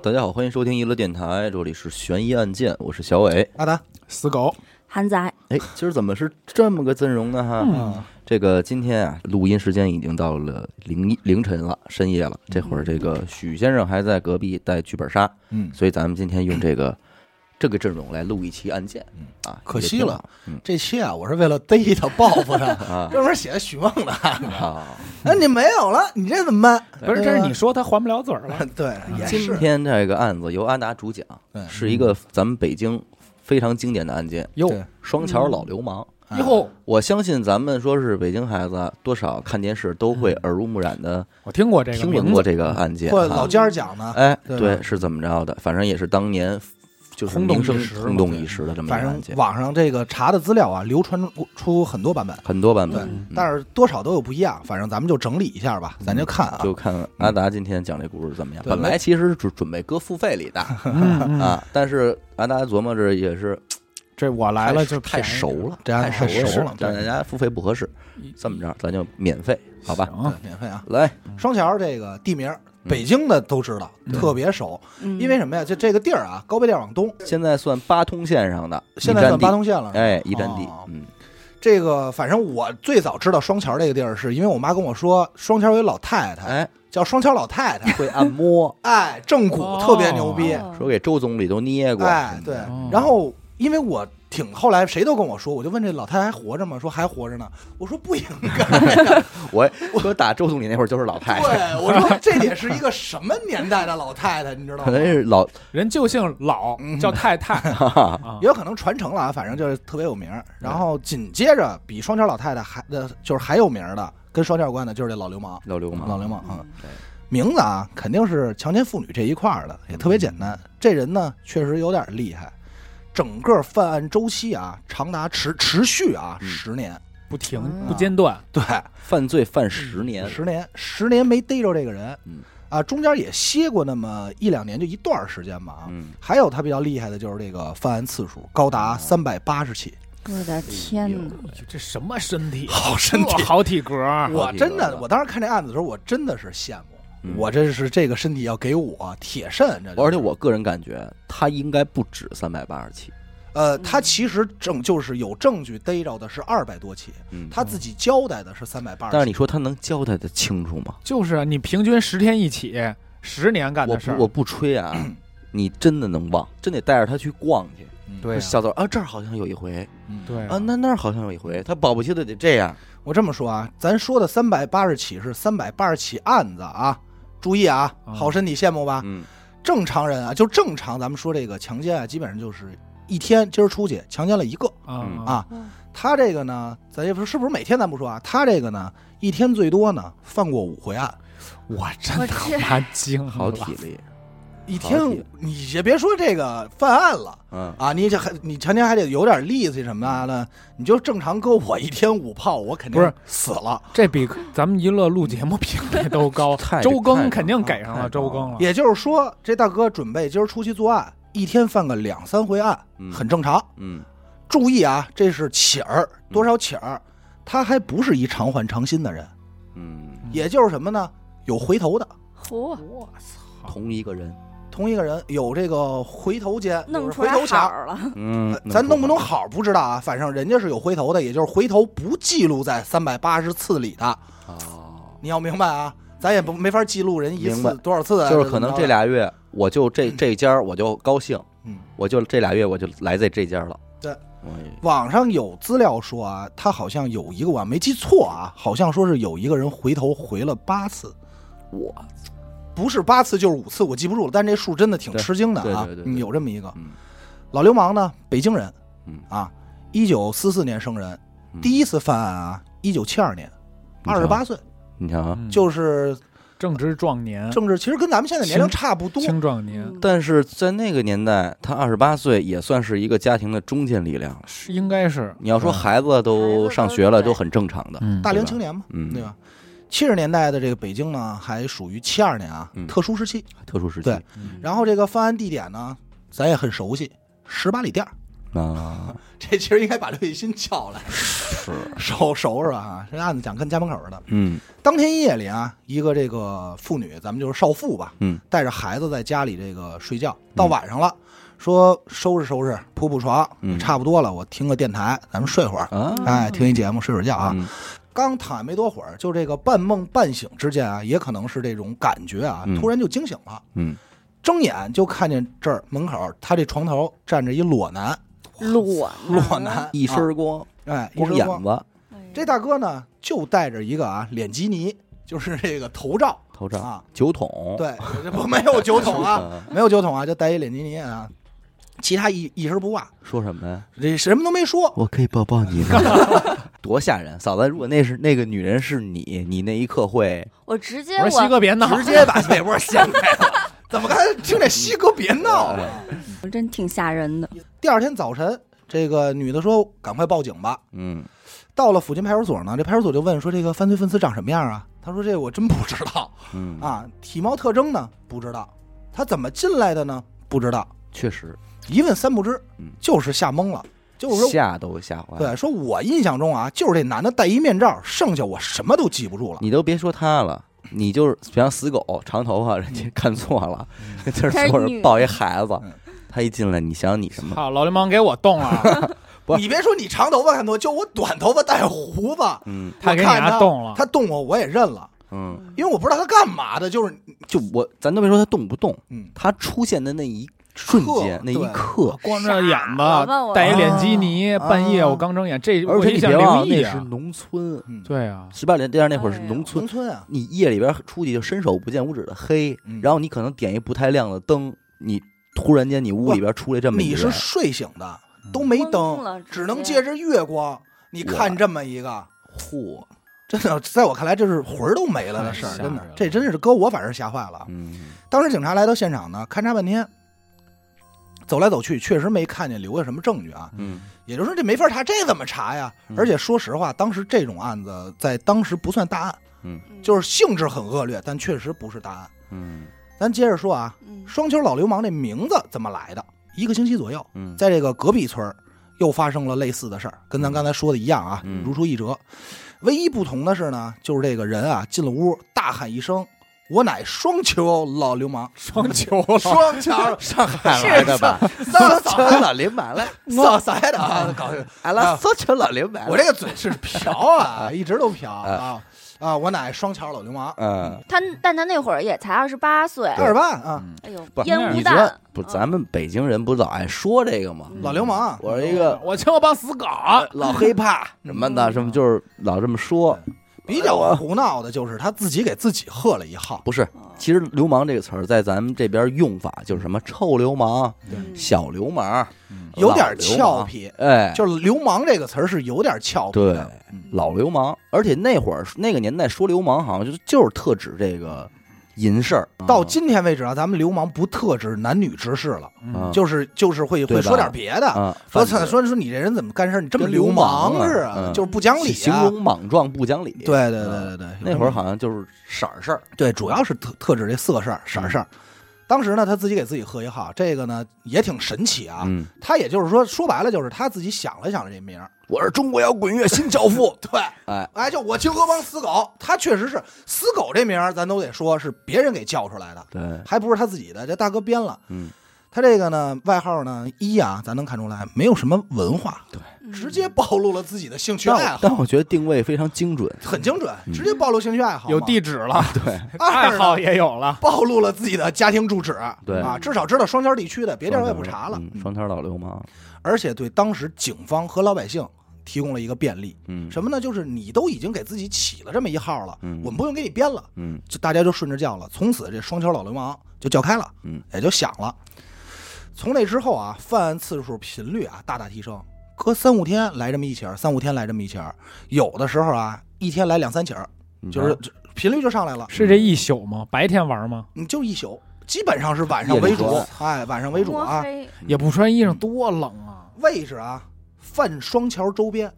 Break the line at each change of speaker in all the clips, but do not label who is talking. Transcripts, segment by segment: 大家好，欢迎收听娱乐电台，这里是悬疑案件，我是小伟。
阿达，死狗，
韩仔，
哎，今儿怎么是这么个阵容呢？哈，
嗯
这个今天啊，录音时间已经到了凌凌晨了，深夜了。这会儿这个许先生还在隔壁带剧本杀，
嗯，
所以咱们今天用这个这个阵容来录一期案件啊，
嗯可
也
惜
挺
了
好，嗯
这期啊，我是为了逮他报复他，
啊
专门写的许梦的。啊
好，啊
那你没有了，你这怎么办？
不是，这
呃
是你说他还不了嘴儿 了。
你对，也
今
是
天这个案子由阿达主讲
对，
是一个咱们北京非常经典的案件
哟
对
——双
嗯
桥老流氓。
哟，
我相信咱们说是北京孩子，多少看电视都会耳濡目染的
我听过这个，
听闻过这个案件
嗯或老
啊。
尖儿讲呢，
哎，
对
对，是怎么着的？反正也是当年就是
轰动
名声
一时嘛
轰动一时的这么一
反
个案
正
件，
网上这个查的资料啊，流传出很多版本，
很多版
对
本，嗯，
但是多少都有不一样。反正咱们就整理一下吧，咱就看啊，
就看阿达今天讲这故事怎么样。
对
本来其实是准准备搁付费里 的
嗯，嗯
啊，但是阿达琢磨着也是
这我来了就
太熟
了，
了，
这样
太熟
啊了，
让大家付费不合适。 这么着，咱就免费，好吧？
对
行，
免费啊。
来，
双桥这个地名，北京的都知道，特别熟，
嗯，
因为什么呀？就这个地儿啊，高碑店往东，
现在算八通线上的，
现在
一站
算
地
八，通线了，
哎，一站地
哦，
嗯，
这个反正我最早知道双桥这个地儿，是因为我妈跟我说，双桥有一老太太，
哎，
叫双桥老太太，
会按摩，
哎，正骨
哦
特别牛逼，
哦
嗯
说给周总理都捏过，
哎，对
哦。
然后因为我挺后来谁都跟我说，我就问这老太太还活着吗？说还活着呢。我说不应 该，
我说打周总理那会儿就是老太太，
对，我说这得是一个什么年代的老太太，你知道
可
吗？
能是老，
人就姓老，叫太太啊
也。有可能传承了啊，反正就是特别有名儿。然后紧接着比双桥老太太还呃，就是还有名儿的，跟双桥有关的，就是这老流氓。
老流氓，
老流氓啊
对，
名字啊肯定是强奸妇女这一块儿的，也特别简单。这人呢确实有点厉害，整个犯案周期啊长达持持续啊
嗯
十年，
不停
嗯
不间断，
对，
犯罪犯十年，
十年十年没逮着这个人
嗯，
啊，中间也歇过那么一两年，就一段儿时间吧啊。
嗯，
还有他比较厉害的就是这个犯案次数高
哦
达三百八十起，
我的
哎
天哪，
这什么 身体？
好身
这好体格儿，
我真
好几个
的，
了
我当时看这案子的时候，我真的是羡慕，
嗯
我这是这个身体要给我铁肾，这就是
而且我个人感觉他应该不止三百八十起，
呃，他其实证就是有证据逮着的是二百多起，
嗯，
他自己交代的是三百八
但是
十。
你说他能交代的清楚吗？
就是啊你平均十天一起，十年干
我
的事
不
儿，
我不吹啊，你真的能忘，真得带着他去逛去。
嗯
对啊
小走啊，这儿好像有一回
对
啊，那那儿好像有一回，他保不齐他得这样。
我这么说啊，咱说的三百八十起是三百八十起案子啊，注意啊，
嗯
好身体羡慕吧？
嗯，
正常人啊，就正常，咱们说这个强奸啊，基本上就是一天，今儿出去强奸了一个，
啊
嗯
啊他这个呢，咱也不是不是每天咱不说啊，他这个呢，一天最多呢犯过五回案，
我真
我
他
这
妈惊了，
好体力，
一
好
天
体
你也别说这个犯案了。
嗯，
啊，你这还你强奸还得有点力气什么的，你就正常搁我一天五炮，我肯定
不是啊
死了。
这比咱们娱乐录节目频率都高
太，
周
太
更肯定
太
给
高
上了，
了
周更了，
也就是说，这大哥准备今儿出去作案，一天犯个两三回案，
嗯
很正常。
嗯，
注意啊，这是起儿
嗯
多少起儿，他还不是一常换常新的人，
嗯，
也就是什么呢？有回头的，
嚯，
我操，
同一个人，
同一个人有这个回头间，
弄
就是
出
回
来
头
好
侠。
儿了，
嗯
呃，咱弄不弄好不知道啊，反正人家是有回头的，也就是回头不记录在三百八十次里的。
哦，
你要明白啊，咱也不没法记录人一
明
次
白
多少次啊，
就是可能这俩月我就这这家儿我就高兴，
嗯，
我就这俩月我就来在这家了。
对
哎，
网上有资料说啊，他好像有一个我没记错啊，好像说是有一个人回头回了八次，
我
不是八次就是五次，我记不住了，但这数真的挺
对
吃惊的啊，
对对对对
嗯有这么一个
嗯
老流氓呢，北京人，
嗯
啊，一九四四年生人，
嗯
第一次犯案啊，一九七二年，
你
二
瞧
十八岁，
你瞧啊，
嗯
就是
正值壮年，
政治，其实跟咱们现在年龄
青
差不多，
青壮年，
嗯
但是在那个年代，他二十八岁也算是一个家庭的中坚力量了。
是应该是
你
嗯
要说孩子都上学了，都很正常的。
嗯
大
对
龄
吧
青年嘛，
嗯
对吧？啊七十年代的这个北京呢，还属于七二年啊、
嗯
特殊时期。嗯
特殊时期，
然后这个犯案地点呢，咱也很熟悉，十八里店儿
啊，
这其实应该把刘雨欣叫来，
是，
收收拾啊，这案子讲跟家门口似的。
嗯
当天夜里啊，一个这个妇女，咱们就是少妇吧，
嗯
带着孩子在家里这个睡觉，到晚上了，说收拾收拾，铺铺床，
嗯
差不多了，我听个电台，咱们睡会儿，
啊
哎，听一节目睡会儿觉啊。
嗯
刚躺下没多会儿，就这个半梦半醒之间啊，也可能是这种感觉啊
嗯，
突然就惊醒了，
嗯，
睁眼就看见这儿门口他这床头站着一裸男，
裸
裸男，
一身
啊
儿光，
哎，一
光
身
眼
光。
子
哎
这大哥呢，就戴着一个啊脸基尼，就是这个头罩
头罩，
啊，
酒桶，
对，我这不没有酒桶啊，
啊，
没有酒桶啊，就戴一脸基尼啊，其他一一身不挂，
说什么呀？
这什么都没说。
我可以抱抱你吗？ 多吓人！嫂子，如果那是那个女人是你，你那一刻会
我直接
我说西
我
哥别闹，
直接把北波掀开了。 怎么刚才听这西哥别闹了？
我真挺吓人的，
第二天早晨，这个女的说：“赶快报警吧
嗯！”
到了附近派出所呢，这派出所就问说：“这个犯罪分子长什么样啊？”他说：“这我真不知道
嗯，
啊，体貌特征呢不知道，他怎么进来的呢不知道，
确实
一问三不知
嗯，
就是吓懵了。”就是说，
吓都吓坏了。
对，说我印象中啊，就是这男的戴一面罩，剩下我什么都记不住了。
你都别说他了。你就是比方死狗长头发，人家看错了，跟这
她是
坐着
女
抱一孩子
嗯，
他一进来，你想你什么？
好，老流氓给我动了，
不
你别说你长头发看多，就我短头发带胡子，
嗯
他给你
我看
丫动了，
他动我我也认了，
嗯，
因为我不知道他干嘛的，就是
就我咱都别说他动不动，
嗯，
他出现的那一瞬间
刻，
那一
对
刻，
光着眼
傻了吧
吧，
我
戴一脸基尼，
啊
半夜我刚睁眼，这
而
我
且
印
你
象
别忘了
灵
那
异
是
啊，
农村，
嗯，
对啊，
十八点第二那会儿是
哎呀
农
农
村，
村啊，
你夜里边出去就伸手不见五指的黑
嗯，
然后你可能点一不太亮的灯，你突然间你屋里边出来这么一
你
个
是
人，嗯
睡醒的，都没
懵了
灯，
直
只能
接
借着月光，你看这么一个。
嚯，哎
真的，在我看来，这是魂儿都没了的事儿，
太吓
真
人了
的，这真是搁我反正吓坏了。
嗯
当时警察来到现场呢，勘察半天，走来走去，确实没看见留下什么证据啊。
嗯，
也就是说，这没法查，这怎么查呀？
嗯
而且说实话，当时这种案子在当时不算大案，
嗯
就是性质很恶劣，但确实不是大案。
嗯
咱接着说啊，
嗯
双球老流氓这名字怎么来的？一个星期左右，
嗯，
在这个隔壁村儿又发生了类似的事儿，跟咱刚才说的一样啊
嗯，
如出一辙。唯一不同的是呢，就是这个人啊进了屋，大喊一声：“我乃双球老流氓，
双球了，
双球儿
上海来的吧？
上
球老流氓来，
上塞的啊！”搞
阿拉斯球哎老流氓，
我这个嘴是瓢啊，一直都瓢啊啊！我乃双桥老流氓，
嗯。
他，但他那会儿也才二十八岁，
二十八啊，
嗯
哎呦
不，
烟雾
你觉
弹嗯
得不？咱们北京人不老爱说这个吗？
老流氓，
我是一个
我请我帮死狗，
老黑怕什么的，什么就是老这么说。
比较胡闹的就是他自己给自己喝了一号，
不是，
哦
其实“流氓”这个词儿在咱们这边用法就是什么臭流氓、
嗯
小流氓，
有点
老流氓
俏皮，
哎，
就是“流氓”这个词儿是有点俏皮
对
的。嗯，
老流氓。而且那会儿那个年代说流氓，好像就是就是特指这个淫事儿。
到
嗯
今天为止啊，咱们流氓不特指男女之事了，
啊
就是就是会
对吧
会说点别的，
啊，
说
反
说
正
说说你这人怎么干事儿你这么
跟流氓
氓似
啊
的，
嗯
就是不讲理
形
啊。
容莽撞不讲理。
对，对对
嗯
对对，
那会儿好像就是色儿事儿。
对，主要是特特指这色事儿、色事儿。
嗯
当时呢，他自己给自己喝一号，这个呢也挺神奇啊。
嗯，
他也就是说，说白了就是他自己想了想了这名儿，
我是中国摇滚乐新教父。
对，
哎，
哎，就我清河帮死狗，他确实是死狗这名儿，咱都得说是别人给叫出来的，
对，
还不是他自己的，这大哥编了。
嗯，
他这个呢，外号呢一啊，咱能看出来没有什么文化，
嗯
直接暴露了自己的兴趣
但
爱
我
好，
但嗯我觉得定位非常精准。
很精准，直接暴露兴趣爱好嘛。
有地址了，
对，
二
爱
呢
好也有了，
暴露了自己的家庭住址，
对
啊，至少知道双桥地区的，别地儿我也不查了。
嗯双条老流氓。
而且对当时警方和老百姓提供了一个便利，
嗯，
什么呢？就是你都已经给自己起了这么一号了，
嗯
我们不用给你编了，
嗯
就大家就顺着叫了。从此这双桥老流氓就叫开了，
嗯，
也就响了。从那之后啊，犯案次数频率啊大大提升，隔三五天来这么一起儿，三五天来这么一起儿，有的时候啊一天来两三起儿，
你
就
看
是频率就上来了。
是这一宿吗？白天玩吗？
你就一宿，基本上是晚上
夜里
为主
活，
哎，晚上为主啊
摸。黑
也不穿衣裳多冷啊！
位置啊，泛双桥周边，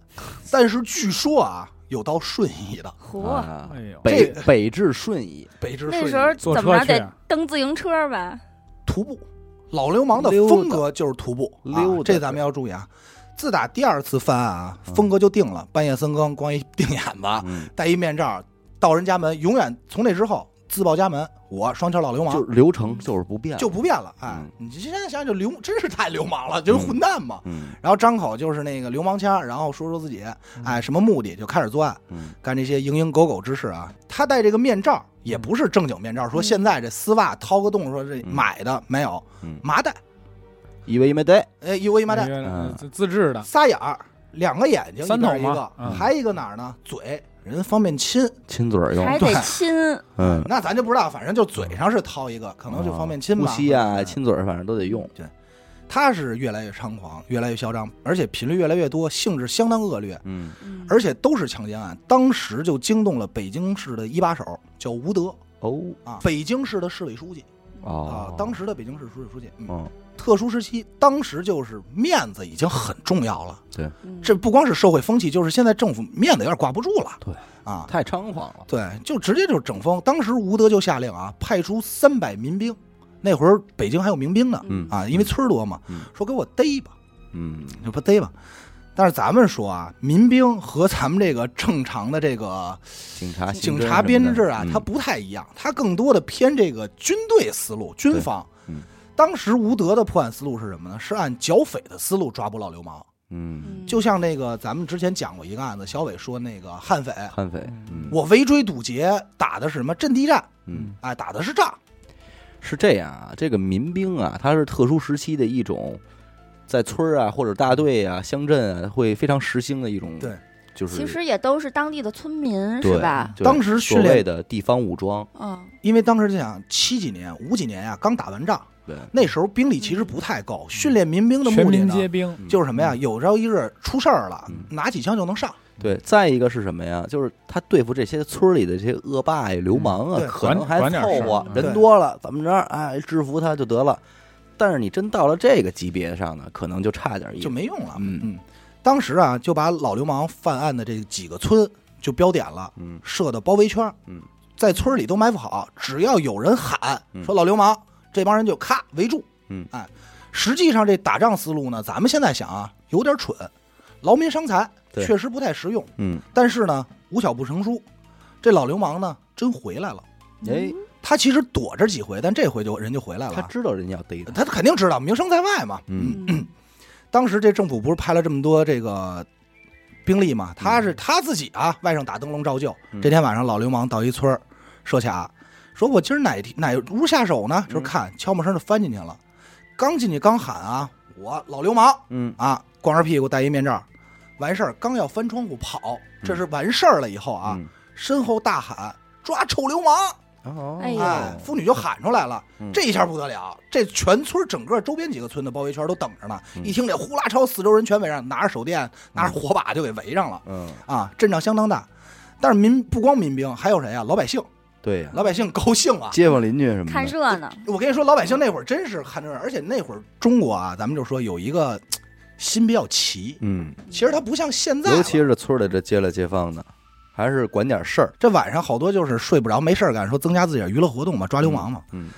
但是据说啊，有到顺义的，
嚯，
啊
哎呦，
北
这
北至顺义，
北至
那
顺
时候
义
坐
怎么
车
着
去
得
啊
蹬自行车吧？
徒步，老流氓的
溜达
风格就是徒步，啊
溜达
这咱们要注意啊。自打第二次犯案啊，风格就定了，半夜三更光一腚眼子，
嗯，
戴一面罩，到人家门，永远从那之后自报家门，我双桥老流氓
就流程就是不变，
就不变了。哎
嗯，
你现在想想就流，真是太流氓了，就是混蛋嘛。
嗯
然后张口就是那个流氓腔儿，然后说说自己，哎，什么目的就开始作案，
嗯
干这些蝇营狗苟之事啊。他戴这个面罩也不是正经面罩，说现在这丝袜掏个洞，说这
嗯
买的没有
嗯，
麻袋，
以为没对，
哎，一窝一麻袋，
嗯
嗯
自自制的，
仨眼儿，两个眼睛，
三
一边
头
一
嘛
个，
嗯
还一个哪儿呢？嘴，人方便亲，
亲嘴儿用，
还得亲，
嗯，
那咱就不知道，反正就嘴上是掏一个，可能就方便亲吧。
呼吸啊，
嗯
亲嘴儿反正都得用，
他是越来越猖狂，越来越嚣张，而且频率越来越多，性质相当恶劣，
嗯
嗯
而且都是强奸案。当时就惊动了北京市的一把手，叫吴德
哦
啊，北京市的市委书记啊
哦，，
当时的北京市市委书记。嗯，
嗯
特殊时期，当时就是面子已经很重要了。
嗯
这不光是社会风气，就是现在政府面子有点挂不住了。
对
啊，
太猖狂了，
对，就直接就是整风。当时吴德就下令啊，派出三百民兵，那会儿北京还有民兵呢
嗯
啊，因为村儿多嘛
嗯，
说给我逮吧，
嗯
就不逮吧。但是咱们说啊，民兵和咱们这个正常的这个
警察刑
警
侦
察
什么
编
的
制啊
嗯，
它不太一样，它更多的偏这个军队思路、军方
对嗯。
当时吴德的破案思路是什么呢？是按剿匪的思路抓捕老流氓，
嗯
嗯
就像那个咱们之前讲过一个案子，小伟说那个悍匪，
悍匪，嗯
我围追堵截打的是什么阵地战，
嗯。
哎，打的是仗，
是这样啊，这个民兵啊，它是特殊时期的一种，在村儿啊或者大队啊、乡镇啊会非常时兴的一种，
对，
就
嗯
是
其实也都是当地的村民
对
是吧？
就是
当时
所
训
谓
练，
的地方武装，
嗯，
因为当时就想七几年、五几年呀、啊刚打完仗，
对，
那时候兵力其实不太够，训练民兵的
嗯全
目的
民皆
呢，
兵，
嗯
就是什么呀？有朝一日出事儿了
嗯，
拿起枪就能上。
对。再一个是什么呀？就是他对付这些村里的这些恶霸呀、流氓啊
对，
可能
管
还
管点
凑
事
合
儿，嗯
人多了怎么着，哎，制服他就得了。但是你真到了这个级别上呢，可能就差点意思，
就没用了。
嗯
当时啊，就把老流氓犯案的这几个村就标点了，
嗯
设的包围圈，
嗯，
在村里都埋伏好，只要有人喊
嗯
说老流氓，这帮人就咔围住，
嗯，
哎，实际上这打仗思路呢，咱们现在想啊，有点蠢，劳民伤财，
对
确实不太实用。
嗯，
但是呢，无巧不成书，这老流氓呢真回来了。
哎，
他其实躲着几回，但这回就人就回来
他
了。
知道人家要逮他，
他肯定知道名声在外嘛，
嗯
嗯
当时这政府不是派了这么多这个兵力吗？他是他自己啊，外甥打灯笼照旧
嗯。
这天晚上，老流氓到一村儿设卡，说我今儿哪天哪屋下手呢？就是看悄没声就翻进去了，刚进去刚喊啊，我老流氓
嗯
啊，光着屁股戴一面罩，完事儿刚要翻窗户跑，这是完事儿了以后啊，，身后大喊抓臭流氓，
嗯哦，
哎呦
哎，妇女就喊出来了
嗯，
这一下不得了，这全村整个周边几个村的包围圈都等着呢。
嗯
一听这呼啦超，四周人全围上，拿着手电，拿着火把就给围上了
嗯，
啊，阵仗相当大。但是民不光民兵，还有谁啊？老百姓，
对呀，
老百姓高兴啊！
街坊邻居什么的，
看热闹，
嗯
我跟你说，老百姓那会儿真是看这，而且那会儿中国啊，咱们就说有一个嘖心比较齐，
嗯，
其实它不像现在了，
尤其是村里这街了街坊的，还是管点事儿。
这晚上好多就是睡不着，没事儿干，说增加自己点娱乐活动嘛，抓流氓嘛。
嗯，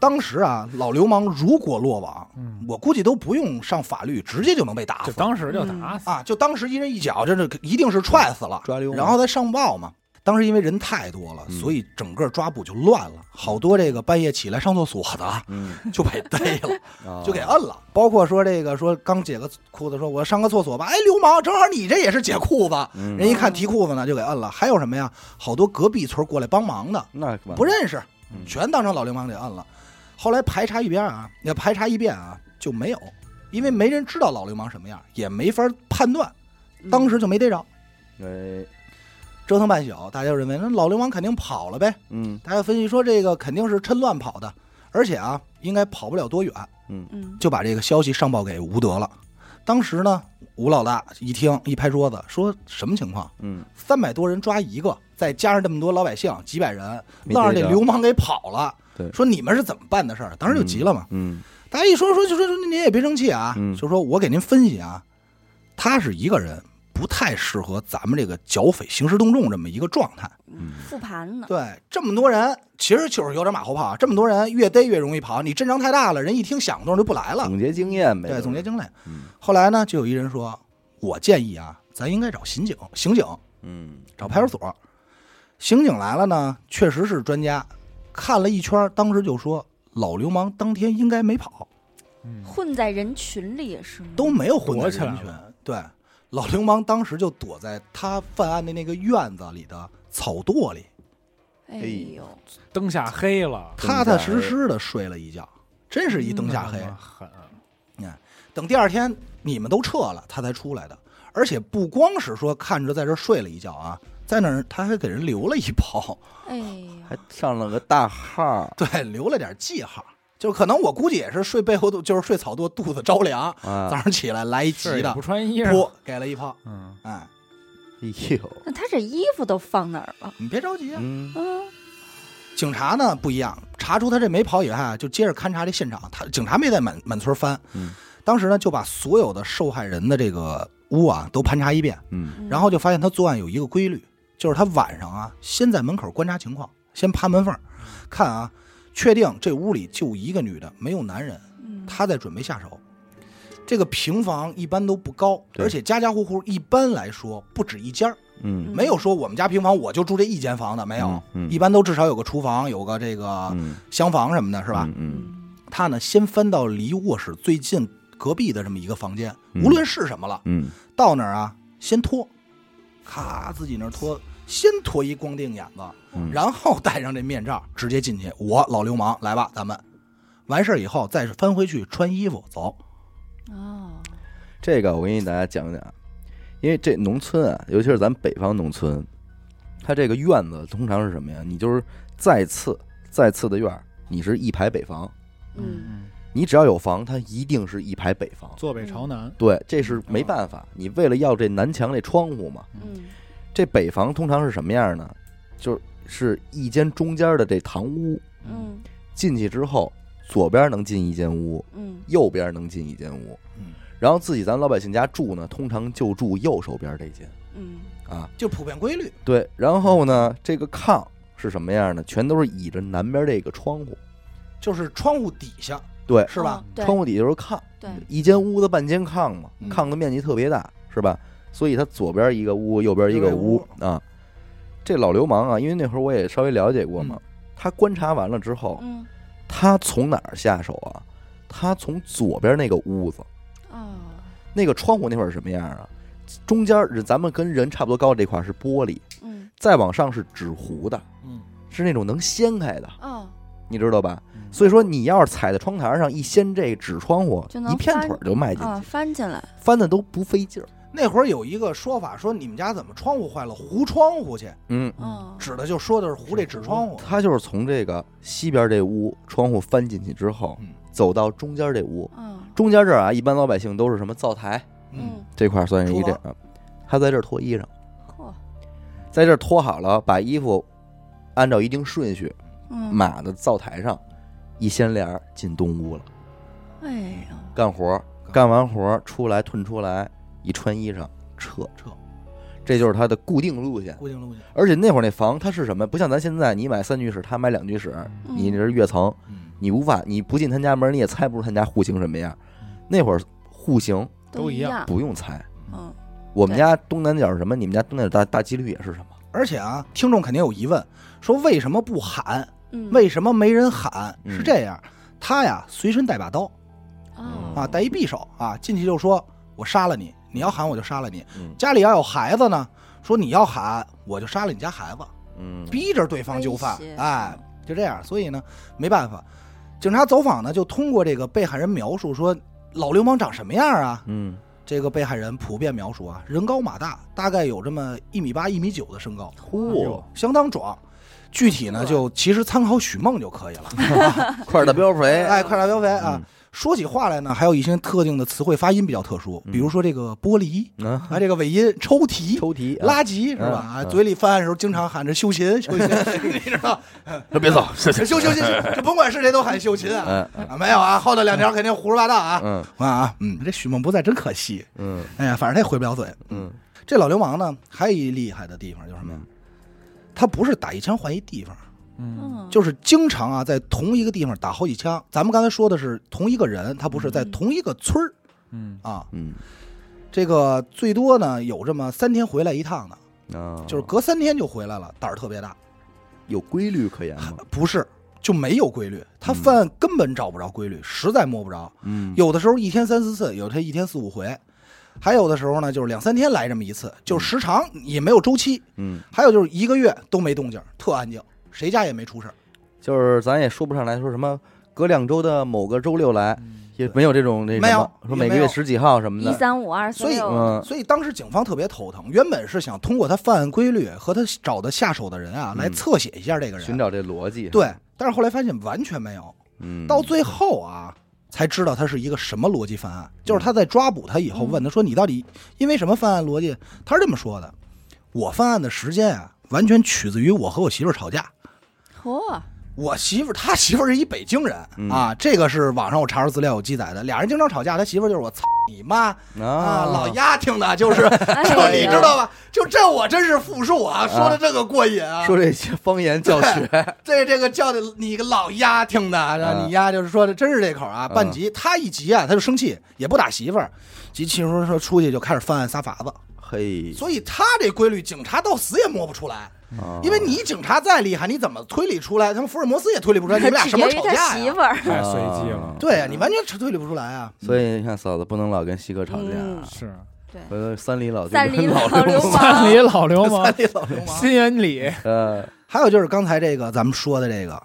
当时啊，老流氓如果落网，
嗯，
我估计都不用上法律，直接就能被打
就
死
当时就打死，
啊！就当时一人一脚，这这一定是踹死了，
抓流氓
然后再上报嘛。当时因为人太多了，
嗯
所以整个抓捕就乱了，好多这个半夜起来上厕所 的
嗯，
就被逮了，
啊
就给摁了。包括说这个说刚解个裤子，说我上个厕所吧，哎，流氓，正好你这也是解裤子，
嗯
人一看提裤子呢就给摁了。还有什么呀？好多隔壁村过来帮忙的，
那可
不认识
嗯，
全当成老流氓给摁了。后来排查一遍啊，要排查一遍啊，就没有，因为没人知道老流氓什么样，也没法判断，
嗯
嗯
当时就没逮着。
哎，
折腾半宿，大家就认为那老流氓肯定跑了呗。
嗯
大家分析说，这个肯定是趁乱跑的，而且啊，应该跑不了多远，
嗯
就把这个消息上报给吴德了。当时呢，吴老大一听一拍桌子，说什么情况？
嗯，
三百多人抓一个，再加上这么多老百姓，几百人，
没
愣让
逮
这
着
流氓给跑了
对。
说你们是怎么办的事儿？当时就急了嘛。
嗯，
大家一说说就说说您也别生气啊，
嗯
就说我给您分析啊，他是一个人，不太适合咱们这个剿匪兴师动众这么一个状态。
嗯复盘呢，
对，这么多人其实就是有点马后炮，啊这么多人越逮越容易跑，你阵仗太大了，人一听响动就不来了。
总结经验呗，
啊对，总结经验。
嗯
后来呢，就有一人说，我建议啊，咱应该找刑警，刑警
嗯
找派出所。刑警来了呢，确实是专家，看了一圈，当时就说老流氓当天应该没跑，
嗯
混在人群里是吗？
都没有混在
躲起来
人群。对，老流氓当时就躲在他犯案的那个院子里的草垛里，
哎
哎
呦，
灯下黑了，
灯下
踏踏实实的睡了一觉，真是一灯下黑。
狠，啊
等第二天你们都撤了，他才出来的。而且不光是说看着在这儿睡了一觉啊，在那儿他还给人留了一包，
哎呦，
还上了个大号
对，留了点记号。就是可能我估计也是睡背后肚，就是睡草垛，肚子着凉，
啊！
早上起来来一急
是
的
也不，穿衣
噗
裳，
给了一炮。
嗯，
哎，
哎呦，
那他这衣服都放哪儿了？
你别着急啊。
嗯
嗯，
警察呢不一样，查出他这没跑以外啊，就接着勘察这现场。他警察没在满满村翻，
嗯
当时呢就把所有的受害人的这个屋啊都盘查一遍。
嗯
然后就发现他作案有一个规律，就是他晚上啊，先在门口观察情况，先爬门缝儿，
嗯
看啊，确定这屋里就一个女的，没有男人，
嗯
他再准备下手。这个平房一般都不高，
对
而且家家户户一般来说不止一间儿，
嗯
没有说我们家平房我就住这一间房的，没有，
嗯嗯
一般都至少有个厨房，有个这个
嗯
厢房什么的，是吧？
嗯
嗯
他呢先翻到离卧室最近隔壁的这么一个房间，
嗯
无论是什么了，
嗯
到那儿啊，先脱，咔自己那儿脱，先脱一光腚眼子，
嗯，
然后戴上这面罩，直接进去。我老流氓，来吧，咱们完事儿以后再翻回去穿衣服走。
哦，
这个我给你大家讲讲，因为这农村啊，尤其是咱北方农村，它这个院子通常是什么呀？你就是再次再次的院儿，你是一排北房，
嗯，
嗯，
你只要有房，它一定是一排北房。
坐北朝南，
对，这是没办法，你为了要这南墙这窗户嘛，
嗯，
这北房通常是什么样呢？就是一间中间的这堂屋，
嗯，
进去之后，左边能进一间屋，
嗯，
右边能进一间屋，
嗯，
然后自己咱老百姓家住呢，通常就住右手边这间
嗯，
啊。
就普遍规律，
对，然后呢，这个炕是什么样呢？全都是倚着南边这个窗户，
就是窗户底下，
对
是吧
哦？对嗯
窗户底就是炕，
对，
一间屋子半间炕嘛，
嗯
炕的面积特别大，是吧？所以它左边一个屋，右边一个屋
右
啊。这老流氓啊，因为那会儿我也稍微了解过嘛，他观察完了之后，
嗯，
他从哪儿下手啊？他从左边那个屋子，
哦，
那个窗户那会儿是什么样啊？中间儿咱们跟人差不多高这块儿是玻璃，
嗯，
再往上是纸糊的，
嗯，
是那种能掀开的，
哦，
你知道吧？
嗯
所以说你要是踩在窗台上一掀这纸窗户
就，能
一片
翻
腿儿就
哎
迈进
啊，
去，
翻进来，
翻的都不费劲儿。
那会儿有一个说法，说你们家怎么窗户坏了，糊窗户去，
嗯，
哦，
指的就说的是糊这纸窗户。
他就是从这个西边这屋窗户翻进去之后，
嗯
走到中间这屋，
嗯，
中间这儿啊，一般老百姓都是什么灶台
嗯，
这块儿算是一
厨
点
房，
他在这儿脱衣裳，
嚯，
在这儿脱好了，把衣服按照一定顺序
嗯，
码的灶台上，一掀帘儿进东屋了，
哎呦，
干活儿，干完活儿出来褪出来，一穿衣裳撤
撤，
这就是他的固定路线。
固定路线。
而且那会儿那房它是什么？不像咱现在，你买三居室，他买两居室，
嗯
你这是跃层，
嗯，
你无法，你不进他家门，你也猜不出他家户型什么样
嗯。
那会儿户型
都
嗯
一
一
样
样，
不用猜，
嗯，
我们家东南角是什么，你们家东南角大大几率也是什么。
而且啊，听众肯定有疑问，说为什么不喊？
嗯，
为什么没人喊？是
嗯
这样，他呀随身带把刀
嗯
哦
啊，带一匕首啊，进去就说我杀了你，你要喊我就杀了你。
嗯
家里要有孩子呢，说你要喊我就杀了你家孩子，
嗯
逼着对方就范
威胁，
哎，就这样。所以呢，没办法，警察走访呢就通过这个被害人描述说。老流氓长什么样啊？
嗯，
这个被害人普遍描述啊，人高马大，大概有这么一米八、一米九的身高，
嚯，
相当壮。具体
哎
呢，就其实参考许梦就可以了。
块儿的标肥，
哎，快乐标肥啊！
嗯
说起话来呢，还有一些特定的词汇发音比较特殊，比如说这个玻璃，
啊，
啊，这个尾音抽
嗯
提、
抽屉啊
拉吉是吧？
嗯
啊，
嗯
嘴里翻案的时候经常喊着修琴，修 琴，你知道？
别走，谢
修。修琴，这甭管是谁都喊修琴啊！
嗯
啊，没有啊，后头两条肯定胡说八道啊！
嗯
啊，嗯，这许梦不在真可惜。
嗯
哎呀，反正他也回不了嘴。
嗯，
这老流氓呢，还有一厉害的地方就是什么呀？他不是打一枪换一地方，
嗯
嗯，
就是经常啊在同一个地方打好几枪。咱们刚才说的是同一个人，他不是在
嗯
同一个村儿
嗯
啊。
嗯，
这个最多呢有这么三天回来一趟的，
啊，
就是隔三天就回来了，胆儿特别大。
有规律可言 吗？
不是，就没有规律，他犯案根本找不着规律，实在摸不着。
嗯，
有的时候一天三四次，有的一天四五回，还有的时候呢就是两三天来这么一次，就是时长也没有周期。
嗯，
还有就是一个月都没动静，特安静，谁家也没出事儿。
就是咱也说不上来说什么，隔两周的某个周六来，
嗯
也没有这种那
没
什
有
么，说
也
每个
没
月
有
十几号什么
一
的，
三五二四
所以
六，
嗯
所以当时警方特别头疼，原本是想通过他犯案规律和他找的下手的人啊
嗯
来侧写一下这个人，
寻找这逻辑。
对，，但是后来发现完全没有，
嗯，
到最后啊。才知道他是一个什么逻辑犯案，就是他在抓捕他以后问他说：“你到底因为什么犯案逻辑？”他是这么说的：“我犯案的时间啊，完全取自于我和我媳妇儿吵架。
嚯，
哦
我媳妇儿，他媳妇儿是一北京人、
嗯
啊，这个是网上我查着资料有记载的。俩人经常吵架，他媳妇儿就是我操你妈，啊，
啊，
老丫听的就是这，
哎
你
呀
知道吧？就这我真是复述啊，说的这个过瘾 啊。
说这些方言教学，
这这个叫的你个老丫听的，然后你丫就是说的真是这口啊，
嗯
半急。他一急啊，他就生气，也不打媳妇儿，急气说说出去就开始犯案撒法子。
嗯嘿，
所以他这规律，警察到死也摸不出来，
啊
因为你警察再厉害，你怎么推理出来？他们福尔摩斯也推理不出来，你们俩 什么时候吵
取决于他
架
媳
呀？
妇儿，
太随机了，
对啊，你完全推理不出来啊。
所以你看嫂子不能老跟西哥吵架啊，
是
回头三里老就
嗯三里
跟
老
流
流
氓，
氓
三里老流氓
三，里老流氓。
心眼里，
呃，
还有就是刚才这个咱们说的这个，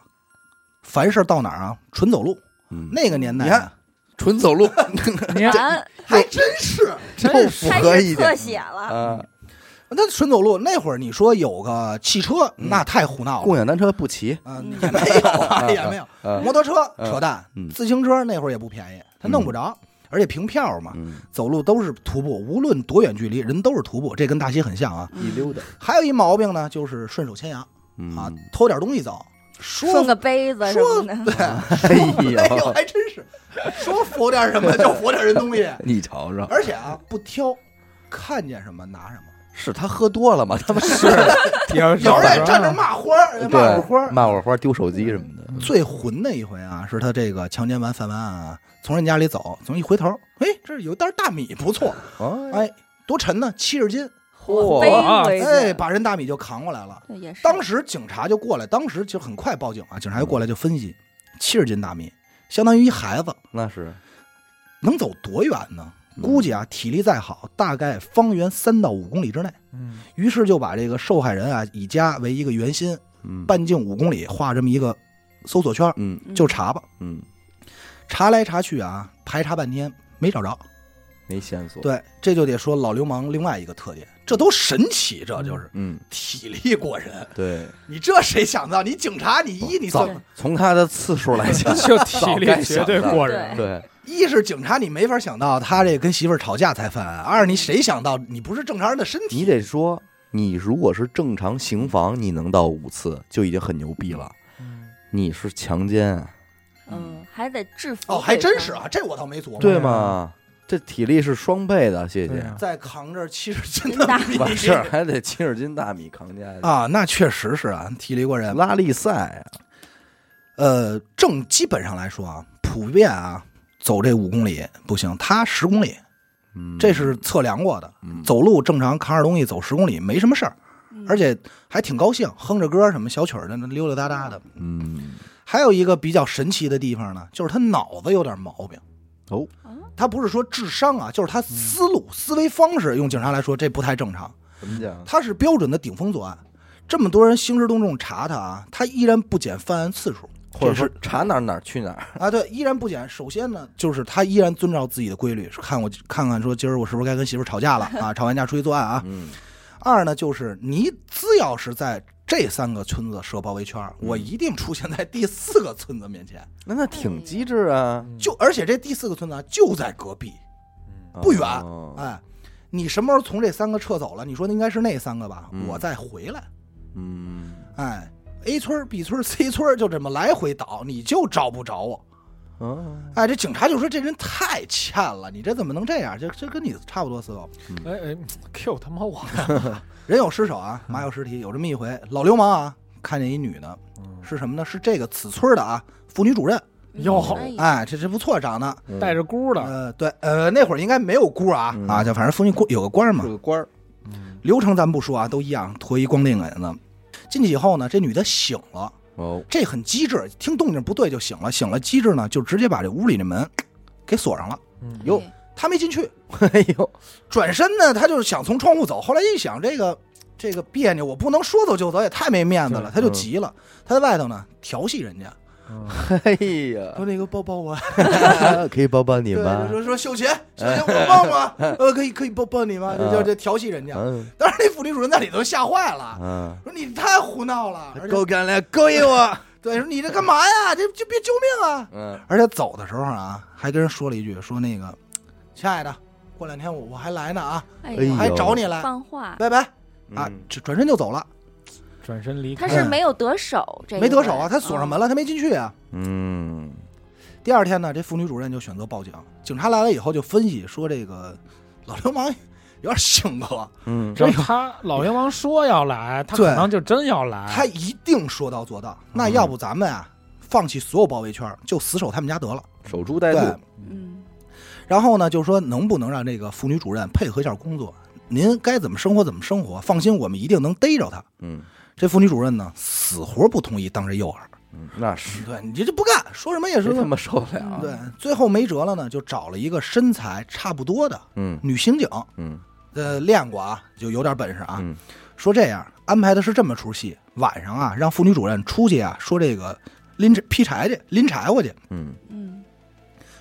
凡事到哪儿啊，纯走路。
嗯
那个年代
你
啊，
看纯走路
你看
咱
还真是
又符
开
合
始
一
特
点
写
嗯
了，
啊，
那纯走路那会儿，你说有个汽车，
嗯
那太胡闹 了
共。享单车不骑，
嗯，也没有啊，
嗯
也没有。
呃，
摩托车
嗯
扯淡
嗯，
自行车那会儿也不便宜，他弄不着，而且凭票嘛，
嗯，
走路都是徒步，无论多远距离，人都是徒步，这跟大西很像啊。
一溜达，
还有一毛病呢，就是顺手牵羊
嗯
啊，偷点东西走，说
送个杯子什么的，
对，
哎
哎呦，
呦，
还真是，说佛点什么就佛点人东西，
你瞅瞅，
而且啊不挑，看见什么拿什么。
是他喝多 了吗？他们
是有
有人也站着骂花儿，骂会儿花
对
儿。
骂会花，丢手机什么的，
最混的一回啊，是他这个强奸完犯完案啊，从人家里走，从一回头，哎，这有袋大米不错，
哎，
哎，多沉呢，七十斤，
嚯
卑微
哎，把人大米就扛过来了。
这也是
当时警察就过来，当时就很快报警啊，警察就过来就分析，七十斤大米相当于一孩子，
那是，
能走多远呢？
嗯
估计啊，体力再好，大概方圆三到五公里之内。
嗯
于是就把这个受害人啊，以家为一个圆心，
嗯，
半径五公里画这么一个搜索圈儿，
嗯
就查吧。
嗯，
查来查去啊，排查半天没找着。
没线索，，
对，这就得说老流氓另外一个特点，这都神奇，这就是
嗯，
体力过人。
对，
你这谁想到？你警察，你一你
早
算
从他的次数来 讲，
就体力绝对过人，
对，
一是警察，你没法想到他这跟媳妇儿吵架才犯案；二你谁想到你不是正常人的身体？
你得说，你如果是正常行房，你能到五次就已经很牛逼了。
嗯
你是强奸啊，
嗯，还得制服
哦，还
对方
真是，啊，这我倒没琢磨。
对
对
吗？这体力是双倍的，谢
对
谢
啊。
再扛着七十 斤的米
完事儿还得七十斤大米扛家去，
啊，那确实是啊，体力过人。
拉力赛啊，
呃，正基本上来说啊，普遍啊，走这五公里不行，他十公里，
嗯
这是测量过的。
嗯
走路正常扛着东西走十公里没什么事儿，
嗯
而且还挺高兴，哼着歌什么小曲儿的，那溜溜达达的。
嗯
还有一个比较神奇的地方呢，就是他脑子有点毛病。
哦，
他不是说智商啊，就是他思路、思维方式，用警察来说这不太正常。
怎么讲？
他是标准的顶风作案，这么多人兴师动众查他啊，他依然不减犯案次数。
或者
这
说
是
查哪儿哪儿去哪儿？
啊，对，依然不减。首先呢，就是他依然遵照自己的规律，看我看看说今儿我是不是该跟媳妇儿吵架了啊？吵完架出去作案啊。
嗯
二呢，就是你只要是在这三个村子设包围圈儿，我一定出现在第四个村子面前。
那那挺机智啊，
嗯
就而且这第四个村子啊，就在隔壁，嗯不远
哦
哎。你什么时候从这三个撤走了？你说的应该是那三个吧？
嗯
我再回来，
嗯，
哎，A 村儿、B 村儿、C 村儿就这么来回倒，你就找不着我。
啊，
哎，这警察就说这人太欠了，你这怎么能这样？这这跟你差不多，死狗。
哎哎，Q 他妈我，
人有失手啊，马有失蹄，有这么一回，老流氓啊，看见一女的，是什么呢？是这个此村的啊，妇女主任。
哟
好，
嗯
哎
哎，这这不错，长得。
带着箍的，
呃，对，呃，那会儿应该没有姑啊、
嗯
啊，就反正妇女姑有个官嘛
是，个官儿，
嗯
流程咱不说啊，都一样，脱一光腚给子。进去以后呢，这女的醒了，
哦，
这很机智，听动静不对就醒了，醒了机智呢，就直接把这屋里这门给锁上了。
嗯
哟
她没进去，
哎呦，
转身呢，她就是想从窗户走，后来一想这个这个别扭，我不能说走就走，也太没面子了，
对
她就急了，她在外头呢调戏人家，
哎
说那个抱抱我，
呀，可以帮帮你
对，
吗？
说说 秀琴，秀琴我抱吗？呃，可以可以抱抱你吗？这
啊
叫这调戏人家。
嗯
当时那妇女主任在里头吓坏了，
嗯，哎
说你太胡闹了，而且
够啊干了，勾引我，
对，说你这干嘛呀？这这别救命啊！
嗯，
而且走的时候啊，还跟人说了一句，说那个亲爱的，过两天我我还来呢啊，
哎
哎
我
呦
还找你来，
放话，
拜拜啊
嗯，
这转身就走了，
转身离开
他，是没有得手，这一
没得手啊，
回
他锁上门，了，他没进去啊。
嗯，
第二天呢，这妇女主任就选择报警，警察来了以后就分析说这个老流氓有点性格，
嗯，
只要他老流氓说要来，他
对
可能就真要来。
他一定说到做到。那要不咱们啊，放弃所有包围圈儿，就死守他们家得了。
守株待
哎对，
兔，
嗯
然后呢，就说能不能让这个妇女主任配合一下工作？您该怎么生活怎么生活，放心，我们一定能逮着他。
嗯
这妇女主任呢，死活不同意当这诱饵。
嗯，那是
对你这这不干，说什么也是
谁他妈受得了？
对，最后没辙了呢，就找了一个身材差不多的
嗯
女刑警，
嗯
呃，练过啊，就有点本事啊。
嗯
说这样安排的是这么出戏，晚上啊，让妇女主任出去啊，说这个拎着劈柴去，拎柴火去。
嗯
嗯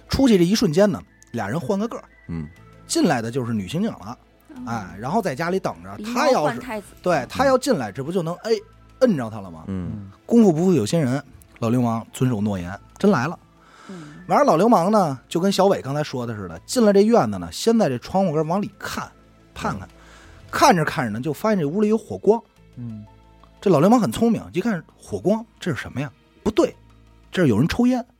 出去这一瞬间呢，俩人换个个儿，
嗯，
进来的就是女刑警了，
嗯
哎，然后在家里等着，
啊
她要是
太子，
对她要进来，这不就能哎摁着她了吗？
嗯
嗯，
功夫不负有心人，老流氓遵守诺言，真来了。
嗯
完了，老流氓呢，就跟小伟刚才说的似的，进了这院子呢，先在这窗户根儿往里看，看看，看着看着呢，就发现这屋里有火光。
嗯，
这老流氓很聪明，一看火光，这是什么呀？不对，这是有人抽烟。
嗯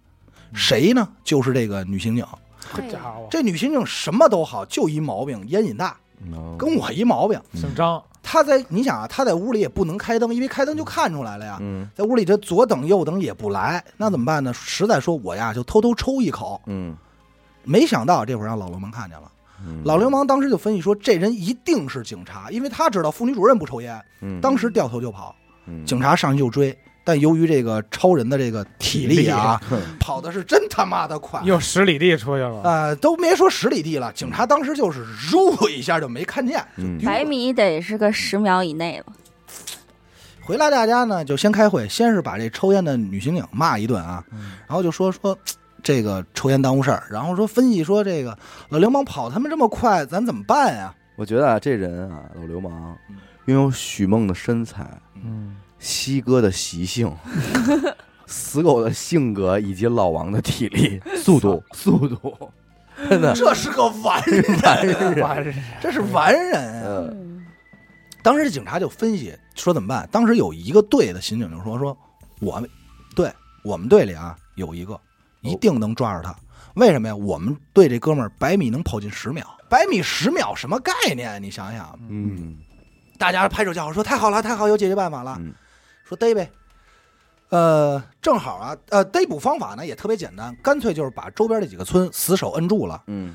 谁呢？就是这个女刑警。
哦
好家
哎
伙，
这女刑警什么都好，就一毛病，烟瘾大，
嗯，
跟我一毛病。
姓张，
她在你想啊，她在屋里也不能开灯，因为开灯就看出来了呀。
嗯
在屋里这左等右等也不来，那怎么办呢？实在说我呀，就偷偷抽一口。
嗯，
没想到这会儿让老流氓看见了。
嗯
老流氓当时就分析说，这人一定是警察，因为他知道妇女主任不抽烟，
嗯
当时掉头就跑。
嗯
警察上去就追，但由于这个超人的这个 体力啊，跑的是真他妈的快。
又十里地出去了，
呃，都别说十里地了，警察当时就是咻一下就没看见。
嗯
百米得是个十秒以内了，
回来大家呢就先开会，先是把这抽烟的女刑警骂一顿啊，然后就说说嘖这个抽烟耽误事儿，然后说分析说这个老流氓跑他们这么快，咱怎么办呀？
我觉得啊，这人啊，老流氓
嗯
拥有许梦的身材、
嗯，
西哥的习性、死狗的性格以及老王的体 力、速度、速度，真的
这是个完人，
男人。
完事
这是完人啊！
嗯
嗯
当时这警察就分析说怎么办，当时有一个队的刑警就说说我们队我们队里啊有一个一定能抓着他。为什么呀？我们队这哥们儿百米能跑进十秒，百米十秒什么概念？你想想，
嗯
大家拍手叫好，说太好了，太好，有解决办法了。
嗯
说逮呗。呃，正好啊，呃，逮捕方法呢也特别简单，干脆就是把周边这几个村死守摁住了。
嗯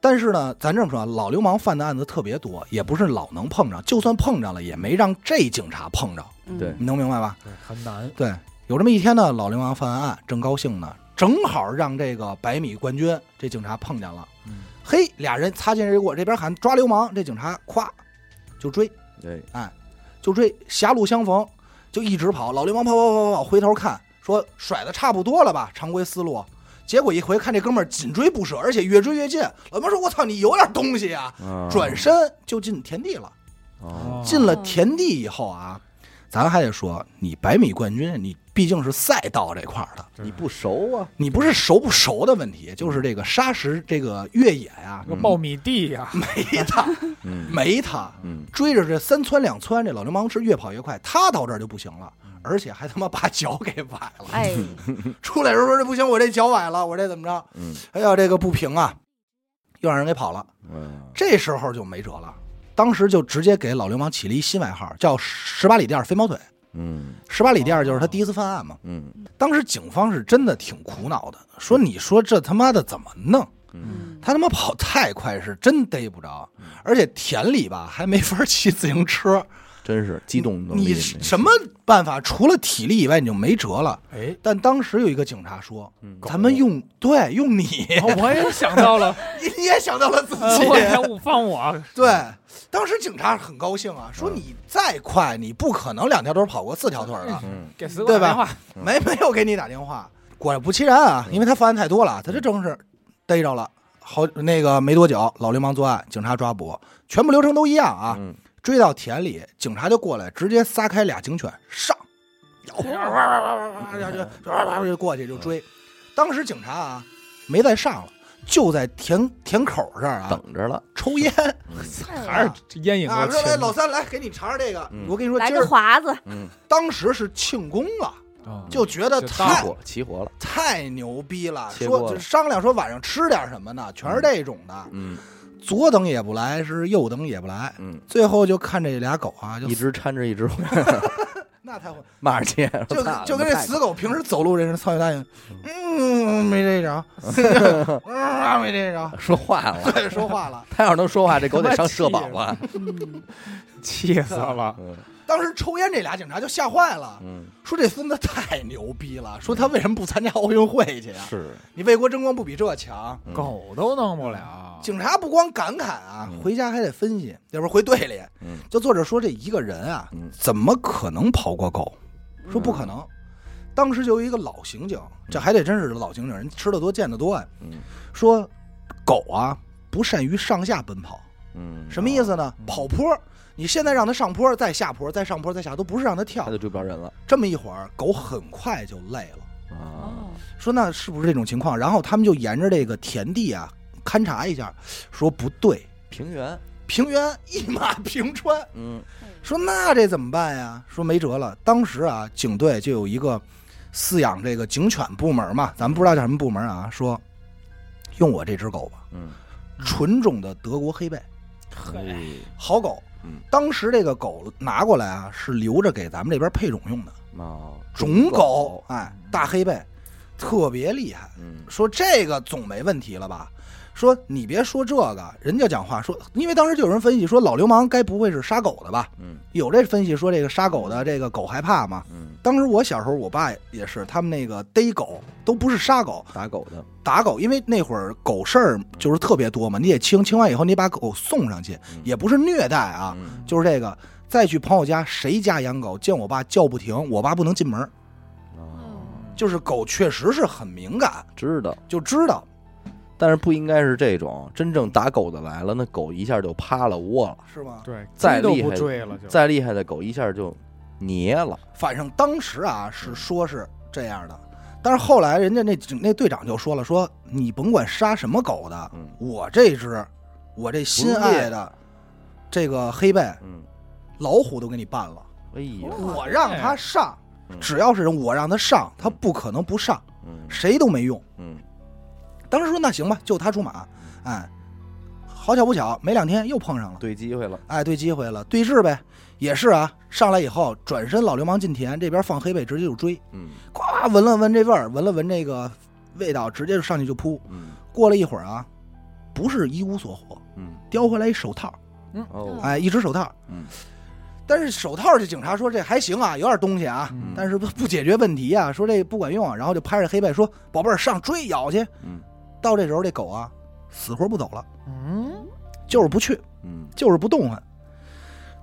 但是呢，咱这么说啊，老流氓犯的案子特别多，也不是老能碰着，就算碰着了，也没让这警察碰着，
嗯
对
你能明白吧？
对很难，
对，有这么一天呢，老流氓犯案，正高兴呢，正好让这个百米冠军这警察碰见了，
嗯
嘿，俩人擦肩而过，这边喊抓流氓，这警察咵就追，
对，
就追，狭路相逢，就一直跑。老流氓跑跑跑跑跑，回头看，说甩的差不多了吧，常规思路。结果一回看，这哥们儿紧追不舍，而且越追越近。老毛说：“我操，你有点东西啊！”
啊
转身就进田地了。
哦
进了田地以后啊，咱还得说，你百米冠军，你毕竟是赛道这块儿的，
你不熟啊，
你不是熟不熟的问题，就是这个沙石这个越野呀、
个苞米地呀，
没他，
嗯
没他。
嗯嗯
追着这三窜两窜，这老流氓是越跑越快，他到这儿就不行了，而且还他妈把脚给崴了。
哎，
出来的时候说这不行，我这脚崴了，我这怎么着？
嗯
哎呀，这个不平啊，又让人给跑了。
嗯
这时候就没辙了，当时就直接给老流氓起了一新外号，叫“十八里店飞毛腿”。
嗯
十八里店就是他第一次犯案嘛。
嗯
当时警方是真的挺苦恼的，说你说这他妈的怎么弄？
嗯
他他妈跑太快是真逮不着，而且田里吧还没法骑自行 车，
真是激动能力
你
没
什么办法？除了体力以外你就没辙了。
哎，
但当时有一个警察说，
嗯
咱们用对用你，
哦我也想到了，
你也想到了自
呃
己
我。也放 我，啊
对，当时警察很高兴啊，说
嗯
你再快，你不可能两条腿跑过四条腿了，
嗯
给死
对吧
打电话，
嗯
没没有给你打电话。果然不其然啊，因为他犯案太多了，他这正是逮着了。好，那个没多久，老流氓作案，警察抓捕，全部流程都一样啊。
嗯
追到田里，警察就过来，直接撒开俩警犬上，哇哇哇哇哇哇，就就就过去就追。当时警察啊没再上了，就在田田口这儿啊
等着了，
抽烟
还
嗯
是烟瘾
啊，
够
说来
深
老
的。
三来给你尝尝这个
嗯，
我跟你说
来
今
个
儿
华子，
嗯，
当时是庆功了，
啊
就觉得
就
齐
太
大
活齐活了，
太牛逼了，
切锅
说
了
就商量说晚上吃点什么呢，全是这种的，
嗯
左等也不来，是右等也不来，
嗯，
最后就看这俩狗啊，就
一只搀着一 只，
那太混。
骂着街，
就跟就跟这死狗平时走路人是苍蝇大爷，嗯，没 逮着，嗯，没逮着，
说话了，
对，说话了。
他要是能说话，这狗得上社保啊了，
嗯
气 死了，
嗯
当时抽烟这俩警察就吓坏了，
嗯，
说这孙子太牛逼了，说他为什么不参加奥运会去啊呀？
是
你为国争光不比这强？
嗯
狗都弄不了。
警察不光感慨啊
嗯，
回家还得分析，要不然回队里。
嗯
就作者说这一个人啊
嗯，
怎么可能跑过狗？说不可能。当时就有一个老刑警，这还得真是老刑警，人吃得多见得多呀、
嗯
说狗啊不善于上下奔跑，
嗯，
什么意思呢
嗯？
跑坡，你现在让它上坡，再下坡，再上坡，再下，都不是让它跳
他。就追不着人了
这么一会儿，狗很快就累了，
啊，
哦
说那是不是这种情况？然后他们就沿着这个田地啊勘察一下，说不对，
平原，
平原一马平川，
嗯
说那这怎么办呀？说没辙了。当时啊，警队就有一个饲养这个警犬部门嘛，咱们不知道叫什么部门啊，说用我这只狗吧，
嗯，
纯种的德国黑背。
嘿，
好狗。
嗯
当时这个狗拿过来啊，是留着给咱们这边配种用的
哦，
种狗，，哎，大黑背，特别厉害。
嗯
说这个总没问题了吧？说你别说这个，人家讲话说，因为当时就有人分析说，老流氓该不会是杀狗的吧？
嗯
有这分析说这个杀狗的这个狗害怕嘛？
嗯，
当时我小时候，我爸也是，他们那个逮狗都不是杀狗，
打狗的，
打狗，因为那会儿狗事儿就是特别多嘛，你得清，清完以后你把狗送上去，
嗯
也不是虐待啊，
嗯
就是这个，再去朋友家，谁家养狗，见我爸叫不停，我爸不能进门。
哦，
就是狗确实是很敏感，
知道。
就知道
但是不应该是这种真正打狗的来了，那狗一下就趴了窝了，
是吗？
对，
再
鸡都
厉
不
害
追了就。
再厉害的狗一下就捏了，
反正当时啊
嗯
是说是这样的，但是后来人家那那队长就说了，说你甭管杀什么狗的，
嗯
我这只，我这心爱的这个黑背
嗯，
老虎都给你办了，
哎呦，
我让它
哎
上
嗯，
只要是人我让它上，它不可能不上，
嗯
谁都没用。
嗯
当时说那行吧，就他出马，哎，好巧不巧，没两天又碰上了，
对机会了，
哎，对机会了，对峙呗，也是啊，上来以后转身老流氓进田，这边放黑背直接就追，
嗯
呱闻了闻这味儿，闻了闻这个味道，直接就上去就扑。
嗯
过了一会儿啊，不是一无所获，
嗯，
叼回来一手套，
哦，
哎，一只手套，
嗯，
但是手套这警察说这还行啊，有点东西啊。
嗯
但是不不解决问题啊，说这不管用啊，然后就拍着黑背说：“宝贝儿，上追咬去。
嗯”
到这时候，这狗啊，死活不走了，
嗯，
就是不去。
嗯
就是不动弹，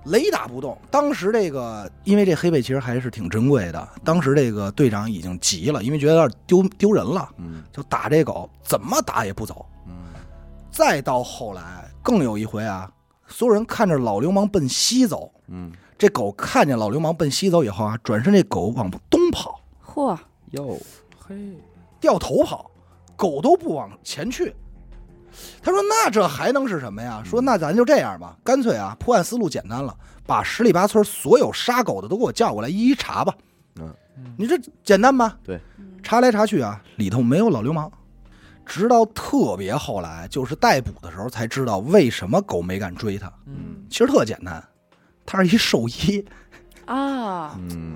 雷打不动。当时这个，因为这黑背其实还是挺珍贵的，当时这个队长已经急了，因为觉得有点丢丢人了，
嗯
就打这狗，怎么打也不走。
嗯，
再到后来，更有一回啊，所有人看着老流氓奔西走，
嗯，
这狗看见老流氓奔西走以后啊，转身这狗往东跑，
嚯，
哟，
嗯
嘿，
掉头跑，狗都不往前去。他说：“那这还能是什么呀？说那咱就这样吧，干脆啊，破案思路简单了，把十里八村所有杀狗的都给我叫过来，一一查吧。
嗯
你这简单吧？
嗯
查来查去啊，里头没有老流氓。直到特别后来，就是逮捕的时候才知道为什么狗没敢追他。
嗯
其实特简单，他是一兽医。
啊，
嗯，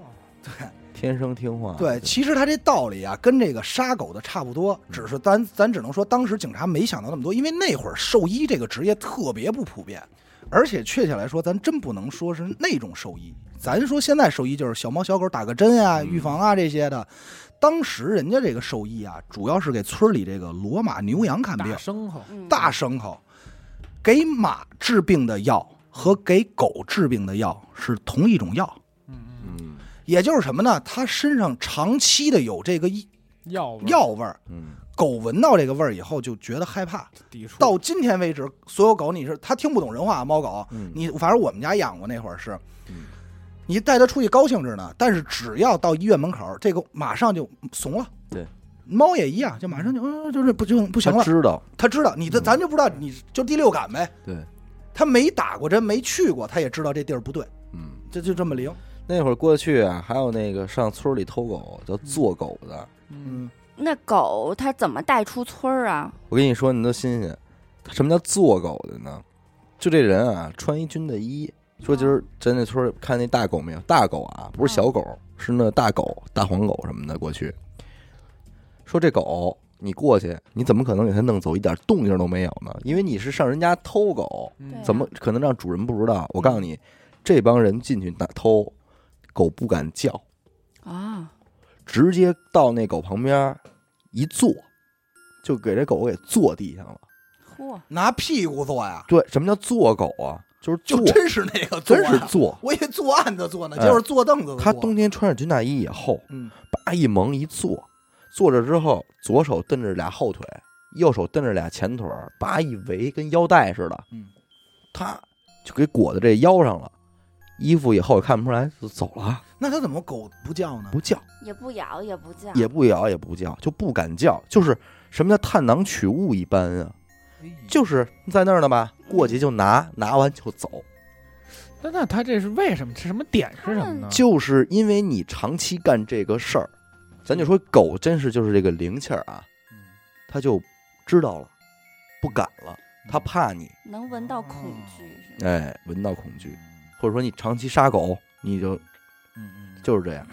哦
天生听话，
对，其实他这道理啊，跟这个杀狗的差不多，只是咱咱只能说，当时警察没想到那么多，因为那会儿兽医这个职业特别不普遍，而且确切来说，咱真不能说是那种兽医。咱说现在兽医就是小猫小狗打个针啊、
嗯
预防啊这些的，当时人家这个兽医啊，主要是给村里这个骡马牛羊看病
大，牲口，
嗯
大牲口，给马治病的药和给狗治病的药是同一种药。
嗯
嗯
也就是什么呢？它身上长期的有这个一
嗯，药味儿
药味儿，
嗯
狗闻到这个味儿以后就觉得害怕。
抵触
到今天为止，所有狗你是它听不懂人话，猫狗，
嗯，
你反正我们家养过那会儿是
嗯，
你带它出去高兴着呢，但是只要到医院门口，这个马上就怂了。
对，
猫也一样，就马上就嗯，就是不就不行
他
了。
知道，
它知道你这，咱就不知道，你就第六感呗。
对，
它没打过针，没去过，它也知道这地儿不对，
嗯。
这就这么灵。
那会儿过去啊，还有那个上村里偷狗叫做狗的，
嗯，
那狗它怎么带出村儿啊？
我跟你说，你都新鲜。他什么叫做狗的呢？就这人啊，穿一军的衣，说今儿在那村儿看那大狗没有？大狗啊，不是小狗，是那大狗、大黄狗什么的。过去说这狗，你过去，你怎么可能给它弄走，一点动静都没有呢？因为你是上人家偷狗，
嗯
怎么可能让主人不知道？我告诉你，
嗯
这帮人进去打偷，狗不敢叫，
啊，
直接到那狗旁边儿一坐，就给这狗给坐地上了。
嚯，
拿屁股坐呀，
对，什么叫做狗啊？就是坐，
就真是那个坐
真
呀，
是坐。
我以为坐案子坐呢，
哎
就是坐凳子的坐。
他冬天穿上军大衣以后，
嗯
叭一蒙一坐，坐着之后，左手蹬着俩后腿，右手蹬着俩前腿儿，叭一围，跟腰带似的，
嗯，
他就给裹在这腰上了。衣服以后也看不出来，就走了，
那他怎么狗不叫呢？
不叫，
也不咬，也不叫，
也不咬，也不叫，就不敢叫，就是什么叫探囊取物一般啊，就是在那儿呢吧，过去就拿，拿完就走，
那那他这是为什么？这什么点是什么呢？
就是因为你长期干这个事儿，咱就说狗真是就是这个灵气儿啊，
嗯
它就知道了，不敢了，它怕你，
能闻到恐惧是吗？
哎，闻到恐惧，或者说你长期杀狗，你就
嗯嗯，
就是这样。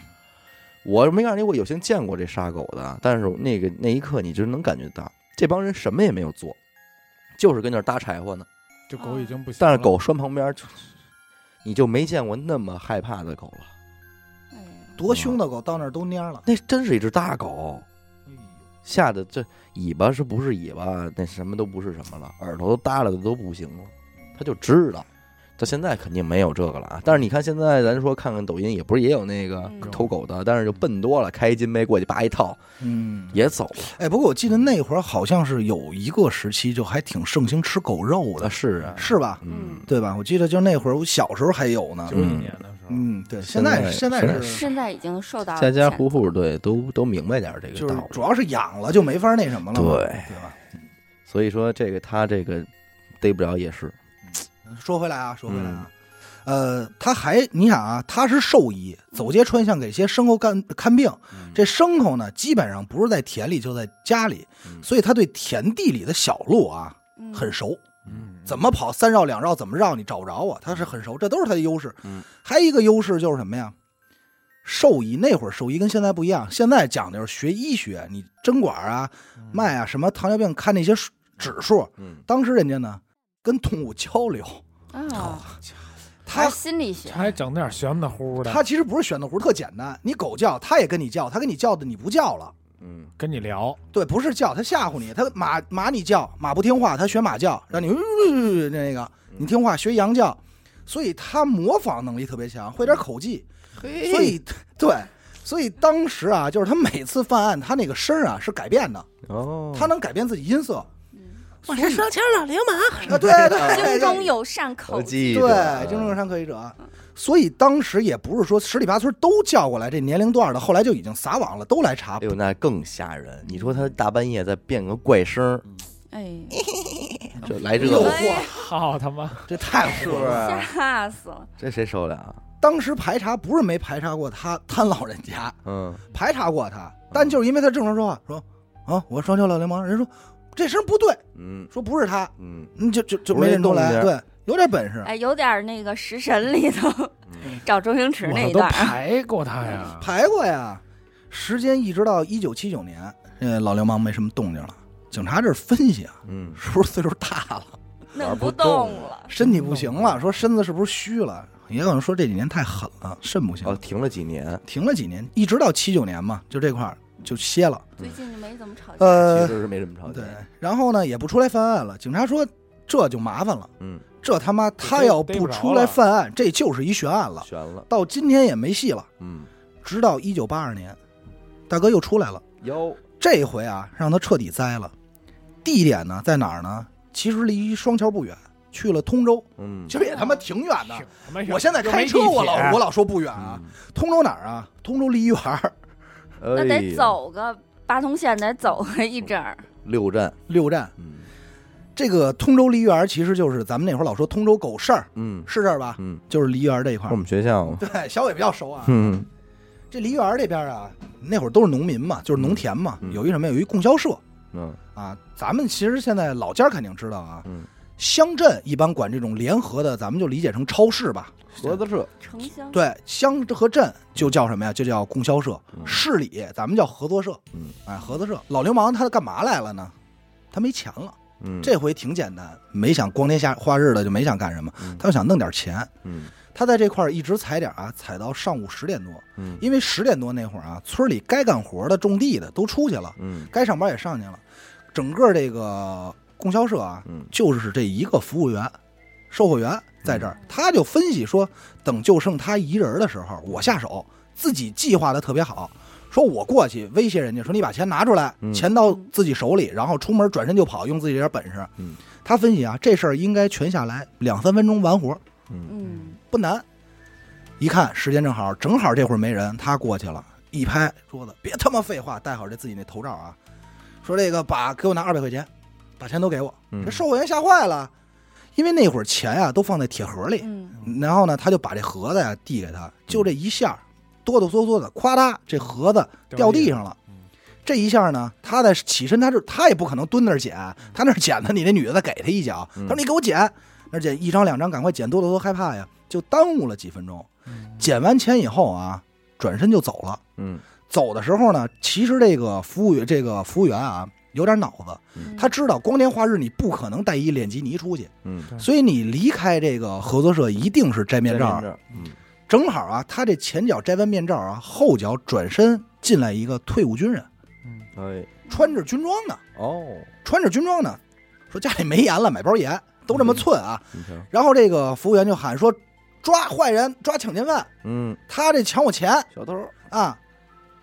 我没告诉你，我有幸见过这杀狗的，但是那个那一刻，你就能感觉到这帮人什么也没有做，就是跟那儿搭柴火呢。
这狗已经不行了，
但是狗拴旁边，就你就没见过那么害怕的狗了。
哎
嗯
呀
多凶的狗到那儿都蔫儿了。
那真是一只大狗，
哎呦
吓得这尾巴是不是尾巴，那什么都不是什么了，耳朵都耷拉的都不行了，他就知道。到现在肯定没有这个了啊！但是你看现在，咱说看看抖音，也不是也有那个
嗯
偷狗的，但是就笨多了，开一金杯过去叭一套
嗯，
也走了。
哎，不过我记得那会儿好像是有一个时期就还挺盛行吃狗肉
啊
的，
是啊，
是吧？
嗯，
对吧？我记得就那会儿我小时候还有呢。
九几年的时候，
嗯，对，
现
现
在
在现在
现在
是
现在已经受到了
家家
谴
户户对都都明白点儿这个
就
道
是
理。
主要是养了就没法那什么了嘛，
对
对吧？
所以说这个他这个逮不着也是，
说回来啊，说回来啊，
嗯
呃，他还你想啊，他是兽医，走街串巷给一些牲口看看病。这牲口呢，基本上不是在田里，就在家里，
嗯
所以他对田地里的小路啊
嗯
很熟，
嗯，
怎么跑三绕两绕，怎么绕你找不着我，他是很熟，这都是他的优势。
嗯，
还有一个优势就是什么呀？兽医那会儿兽医跟现在不一样，现在讲的就是学医学，你针管啊、
嗯
脉啊、什么糖尿病看那些数指数，
嗯
当时人家呢跟动物交流，
啊，
还
他
是心理学
这还整点玄的乎的，
他其实不是选的壶特简单，你狗叫他也跟你叫，他跟你叫的你不叫了。
嗯
跟你聊，
对，不是叫，他吓唬你，他马马你叫，马不听话，他学马叫，让你、呃、那个，你听话学羊叫，所以他模仿能力特别强，会点口技，所以对，所以当时啊，就是他每次犯案，他那个声儿啊是改变的，
哦，
他能改变自己音色。
我是双枪老流氓，
嗯
啊，对
哎
对，
心中有善口
科
技，
技
对，
嗯
精神上可以者。所以当时也不是说十里八村都叫过来这年龄段的，后来就已经撒网了，都来查
哎。呦，那更吓人！你说他大半夜再变个怪声儿，
哎，
这来这
诱
个，
惑，
好他妈，
这太是
是不是
吓死了。
这谁受得了啊？
当时排查不是没排查过他，他老人家
嗯，
排查过他，但就是因为他正常说话，说啊，我双翘老流氓，人说这声不对，
嗯
说不是他，
嗯，
嗯，就就就
不是
没认出
那动
来，
静
对，有点本事，
哎，有点那个《食神》里头
嗯
找周星驰那
我
一啊
都
段儿，
排过他呀，
排过呀。时间一直到一九七九年，呃，老流氓没什么动静了。警察这儿分析啊，
嗯，
是不是岁数大了？
弄
不
动
动
了。
身体不行了，说身子是不是虚了？也有人说这几年太狠了，肾不行
哦，，停了几年，
停了几年，一直到七九年嘛，就这块儿就歇了。
最近就没怎么吵架。
其
呃，
实是没什么吵
对
架，，
然后呢也不出来犯案了。警察说这就麻烦了，
嗯，
这他妈他要不出来犯案，这就是一悬案了，
悬了，
到今天也没戏了。
嗯，
直到一九八二年，大哥又出来了，
哟，
这回啊让他彻底栽了。地点呢在哪儿呢？其实离双桥不远，去了通州，
嗯，
其实也他妈挺远的。
挺
我现在开车，我老我老说不远
嗯
啊。通州哪儿啊？通州梨园儿
那
那得走
哎
个八通线，得走个一整儿。
哦
六站，
六站。
嗯
这个通州梨园儿其实就是咱们那会儿老说通州狗市儿，
嗯
是这儿吧？
嗯，
就是梨园儿这一
是
块
我
儿。
们学校嘛，
对，小伟比较熟啊。
嗯
这梨园儿这边儿啊，那会儿都是农民嘛，就是农田嘛，
嗯嗯
有一什么呀有一供销社
嗯
啊。咱们其实现在老家儿肯定知道啊，
嗯，
乡镇一般管这种联合的，咱们就理解成超市吧。
合作社，
城乡
对，乡和镇就叫什么呀？就叫供销社。
嗯
市里咱们叫合作社。
嗯，
哎，合作社。老流氓他干嘛来了呢？他没钱了。
嗯，
这回挺简单，没想光天下化日的，就没想干什么，
嗯
他就想弄点钱。
嗯
他在这块儿一直踩点儿啊，踩到上午十点多，
嗯
因为十点多那会儿啊，村里该干活的、种地的都出去了，
嗯
该上班也上去了，整个这个供销社啊，
嗯
就是这一个服务员、售货员在这
嗯
儿，他就分析说，等就剩他一人的时候，我下手，自己计划的特别好。说我过去威胁人家，说你把钱拿出来，
嗯
钱到自己手里，然后出门转身就跑，用自己这点本事。
嗯
他分析啊，这事儿应该全下来两三分钟完活，
嗯
嗯，
不难。一看时间正好，正好这会儿没人，他过去了，一拍桌子，别他妈废话，戴好这自己那头罩啊，说这个把给我拿二百块钱，把钱都给我。
嗯，
这售货员吓坏了，因为那会儿钱啊都放在铁盒里，
嗯，
然后呢，他就把这盒子呀、递给他，就这一下，哆哆嗦嗦的，咵嗒，这盒子掉地上了
嗯。
这一下呢，他在起身，他是他也不可能蹲那儿捡，啊他那儿捡的，你那女的再给他一脚，
嗯
他说你给我捡，那儿捡一张两张，赶快捡，哆哆嗦害怕呀，就耽误了几分钟。
嗯
捡完钱以后啊，转身就走了。
嗯
走的时候呢，其实这个服务员这个服务员啊有点脑子，
嗯
他知道光天化日你不可能带一脸基尼出去，
嗯，
所以你离开这个合作社一定是摘面罩。
这儿，嗯
正好啊，他这前脚摘完面罩啊，后脚转身进来一个退伍军人，
哎
穿着军装呢，
哦，
穿着军装呢，说家里没盐了，买包盐，都这么寸啊。
你瞧，
然后这个服务员就喊说：“抓坏人，抓抢劫犯，
嗯，
他这抢我钱
小偷，
啊！”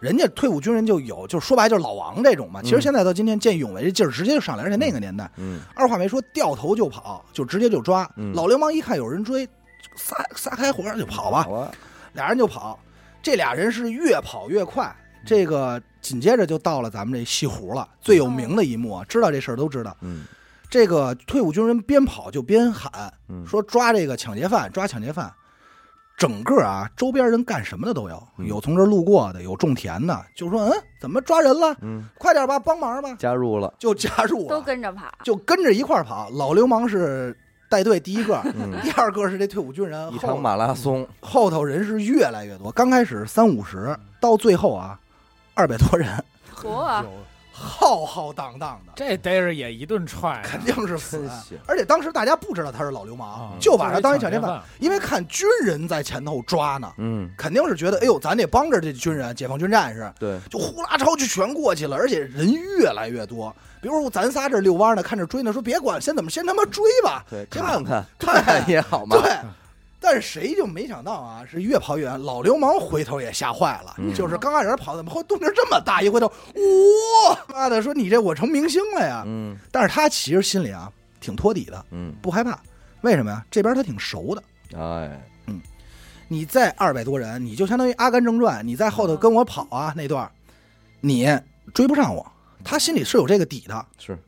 人家退伍军人就有，就说白了就是老王这种嘛。其实
嗯
现在到今天见义勇为这劲儿直接就上来，而且那个年代
嗯
二话没说掉头就跑，就直接就抓。
嗯
老流氓一看有人追，撒撒开火就跑吧
好，啊，
俩人就跑。这俩人是越跑越快，
嗯
这个紧接着就到了咱们这西湖了，最有名的一幕啊，知道这事儿都知道。
嗯
这个退伍军人边跑就边喊
嗯，
说抓这个抢劫犯，抓抢劫犯。整个啊，周边人干什么的都有，
嗯
有从这儿路过的，有种田的，就说嗯，怎么抓人了？
嗯，
快点吧，帮忙吧，
加入了，
就加入
都
了，
跟着跑。
就跟着一块儿跑。老流氓是带队第一 个，
嗯，
第二个是这退伍军人，
一
后
场马拉松，
后头人是越来越多，刚开始三五
嗯
十，到最后啊，二百多人，哎
嚯，
啊浩浩荡荡的，
这逮着也一顿踹啊
肯定是死
真
人。
行，
而且当时大家不知道他是老流氓，
啊，
就把他当一抢
抢
劫犯，
犯。
因为看军人在前头抓呢，
嗯，
肯定是觉得哎呦，咱得帮着这军人，解放军战士，
对，
就呼啦超就全过去了，而且人越来越多。比如说咱仨这遛弯呢，看着追呢，说别管，先怎么先他妈追吧，
对，啊
先把
看看
对
看看也好嘛，
对，但是谁就没想到啊，是越跑越远，老流氓回头也吓坏了，
嗯
就是刚开始跑，怎么会动静这么大？一回头，哇、妈的，说你这我成明星了呀！
嗯
但是他其实心里啊挺托底的，
嗯，
不害怕，为什么呀？这边他挺熟的。
哎，
你再二百多人，你就相当于《阿甘正传》，你在后
嗯
头跟我跑啊那段儿，你追不上我，他心里是有这个底的。
是，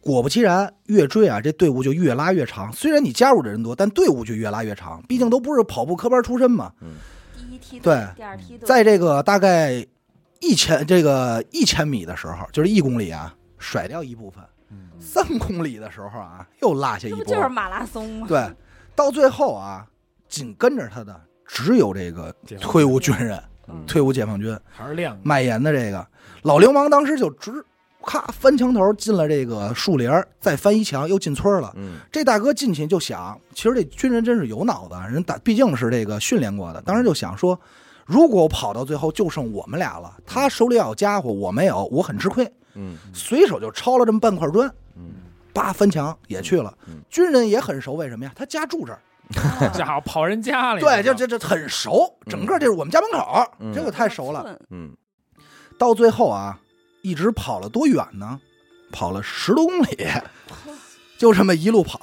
果不其然，越追啊，这队伍就越拉越长。虽然你加入的人多，但队伍就越拉越长。毕竟都不是跑步科班出身嘛。
嗯第一梯队
对，
第二梯队，
在这个大概一千这个一千米的时候，就是一公里啊，甩掉一部分；
嗯
三公里的时候啊，又落下一
这不
波。
就是马拉松 吗？
对，到最后啊，紧跟着他的只有这个
解放
退伍军人、
嗯
退伍解放军
还是亮
卖盐的这个老流氓，当时就直咔翻墙头进了这个树林儿，再翻一墙又进村儿了。
嗯
这大哥进去就想，其实这军人真是有脑子啊，人打毕竟是这个训练过的，当时就想说，如果我跑到最后就剩我们俩了，他手里要有家伙，我没有，我很吃亏。
嗯
随手就抄了这么半块砖，
嗯，
叭翻墙也去了
嗯嗯。
军人也很熟，为什么呀？他家住这儿，
家伙跑人家里了，
对，这这这很熟，整个这是我们家门口，
嗯
这个太熟了。
嗯
到最后啊，一直跑了多远呢？跑了十多公里， 就这么一路跑，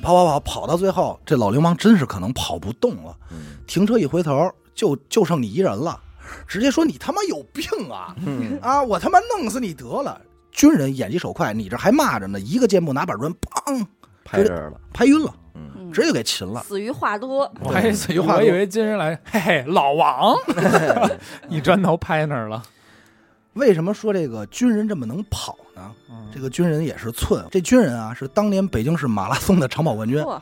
跑跑跑，跑到最后，这老流氓真是可能跑不动了。
嗯
停车一回头，就就剩你一人了，直接说你他妈有病啊！
嗯
啊，我他妈弄死你得了！军人眼疾手快，你这还骂着呢，一个箭步拿板砖，砰，
拍这儿了，
拍晕了，
嗯，
嗯
直接就给擒了。
死于话多，
我还以为我以为军人来，嘿嘿，老 王，一砖头拍那儿了。
为什么说这个军人这么能跑呢？
嗯
这个军人也是寸，这军人啊是当年北京市马拉松的长跑冠军
嚯，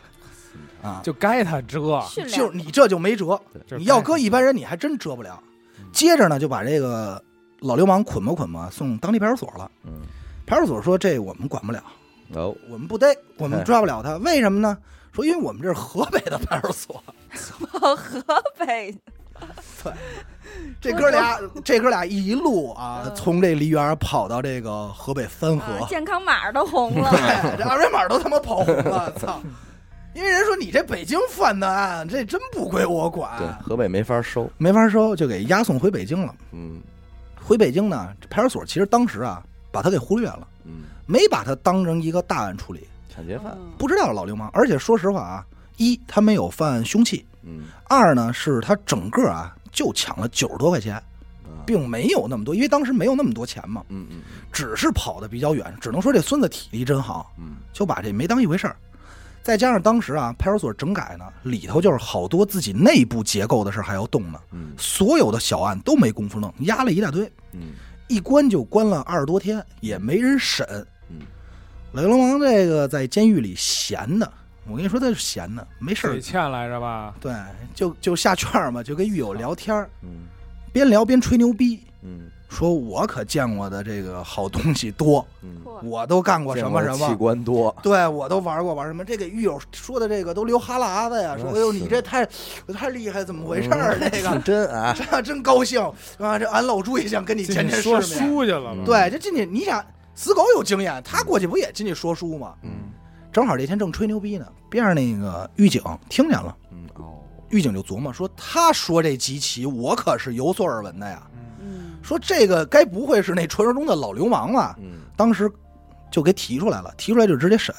啊，
就该他遮，
训练
就是你这就没辙，
就是
你要
该
搁一般人你还真遮不了。
嗯
接着呢就把这个老流氓捆吧捆吧送当地派出所了，
嗯，
派出所说这我们管不了，
哦，
我们不逮，我们抓不了他，为什么呢？说因为我们这是河北的派出 所，
跑河北，
这哥俩这哥俩一路啊
嗯
从这梨园跑到这个河北三河，
啊，健康码都红 了
对，这二维码都他妈跑红了，操！因为人说你这北京犯的案，这真不归我管，
对，河北没法收，
没法收，就给押送回北京了。
嗯
回北京呢，这派出所其实当时啊，把他给忽略了，
嗯，
没把他当成一个大案处理，
抢劫犯，
嗯
不知道是老流氓。而且说实话啊，一他没有犯凶器，
嗯
二呢是他整个啊就抢了九十多块钱，
啊
并没有那么多，因为当时没有那么多钱嘛，
嗯嗯
只是跑的比较远，只能说这孙子体力真好。
嗯
就把这没当一回事儿。再加上当时啊，派出所整改呢，里头就是好多自己内部结构的事儿还要动呢，
嗯
所有的小案都没工夫弄，压了一大堆，
嗯
一关就关了二十多天，也没人审。
嗯，
老流氓这个在监狱里闲的，我跟你说他是闲的，没事
水
儿，
欠来着吧？
对，就就下圈儿嘛，就跟狱友聊天儿，
嗯
边聊边吹牛逼，
嗯
说我可见过的这个好东西多，
嗯，
嚯
我都干过什么什么
器，官多，
对我都玩过玩什么，这给狱友说的这个都流哈喇子呀，说
嗯
哎呦
是
你这太太厉害，怎么回事儿？这个
真 啊，
这 真高兴啊！这俺老朱也想跟你见
进去
见
说
世面。
书去了吧？
对，这进去你想死狗有经验，他过去不也进去说书吗？
嗯
正好这天正吹牛逼呢，边上那个狱警听见了，
嗯哦，
狱警就琢磨说他说这集齐，我可是有所耳闻的呀。
嗯，
嗯，
说这个该不会是那传说中的老流氓吧？
嗯
当时就给提出来了，提出来就直接审，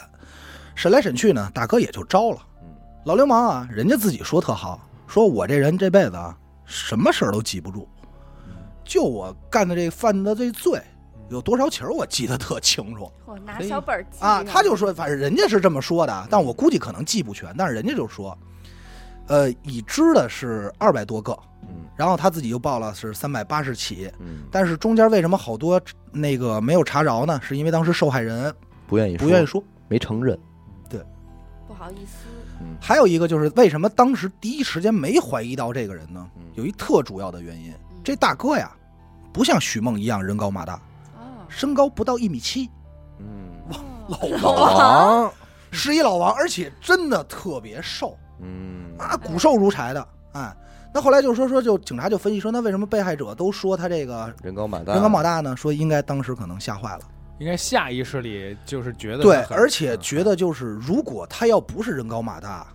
审来审去呢，大哥也就招了。
嗯
老流氓啊，人家自己说特好，说我这人这辈子啊，什么事儿都记不住，就我干的这犯的这罪，有多少起儿我记得特清楚
嚯，拿小本儿记
哎啊。
着
他就说，反正人家是这么说的，但我估计可能记不全，但是人家就说，呃，已知的是二百多个，
嗯
然后他自己又报了是三百八十起。
嗯，
但是中间为什么好多那个没有查着呢？是因为当时受害人
不愿意
不愿意说。
没承认，
不好意思，
嗯
还有一个就是为什么当时第一时间没怀疑到这个人呢
嗯？
有一特主要的原因，这大哥呀，不像许梦一样人高马大，
啊，
身高不到一米七，
嗯，
哦
老王
王，
是一老王，而且真的特别瘦
嗯
啊，骨瘦如柴的，哎。那后来就说说就警察就分析说，那为什么被害者都说他这个
人高马大，
人高马大呢？说应该当时可能吓坏了，
应该下意识里就是觉得
对
他，很
而且觉得就是如果他要不是人高马大，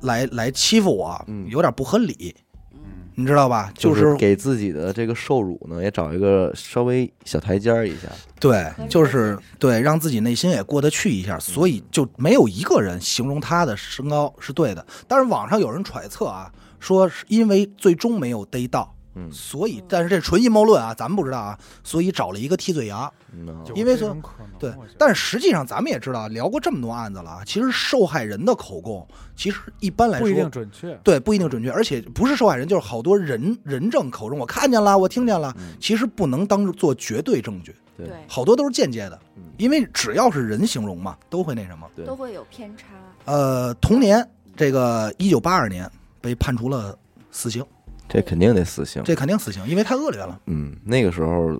来来欺负我
嗯，
有点不合理，
嗯
你知道吧？
就
就是
给自己的这个受辱呢，也找一个稍微小台阶儿一下，
对
合，理
就
的
是对，让自己内心也过得去一下，所以就没有一个人形容他的身高是对的。但是网上有人揣测啊，说是因为最终没有逮到，
嗯
所以
嗯，
但是这纯阴谋论啊，咱们不知道啊，所以找了一个替罪羊。
嗯
有
因为
这
说
种可能
对
我觉，得
但是实际上咱们也知道，聊过这么多案子了啊，其实受害人的口供其实一般来
不一定
说，
准确。
对不一定准确，而且不是受害人，就是好多人人证口中，我看见了，我听见了，
嗯
其实不能当做绝对证据，
对
对，
好多都是间接的
嗯，
因为只要是人形容嘛，都会那什么。
对
都会有偏差。
呃，同年，这个一九八二年被判处了死刑，
这肯定得死刑。
这肯定死刑，因为太恶劣了。
嗯，那个时候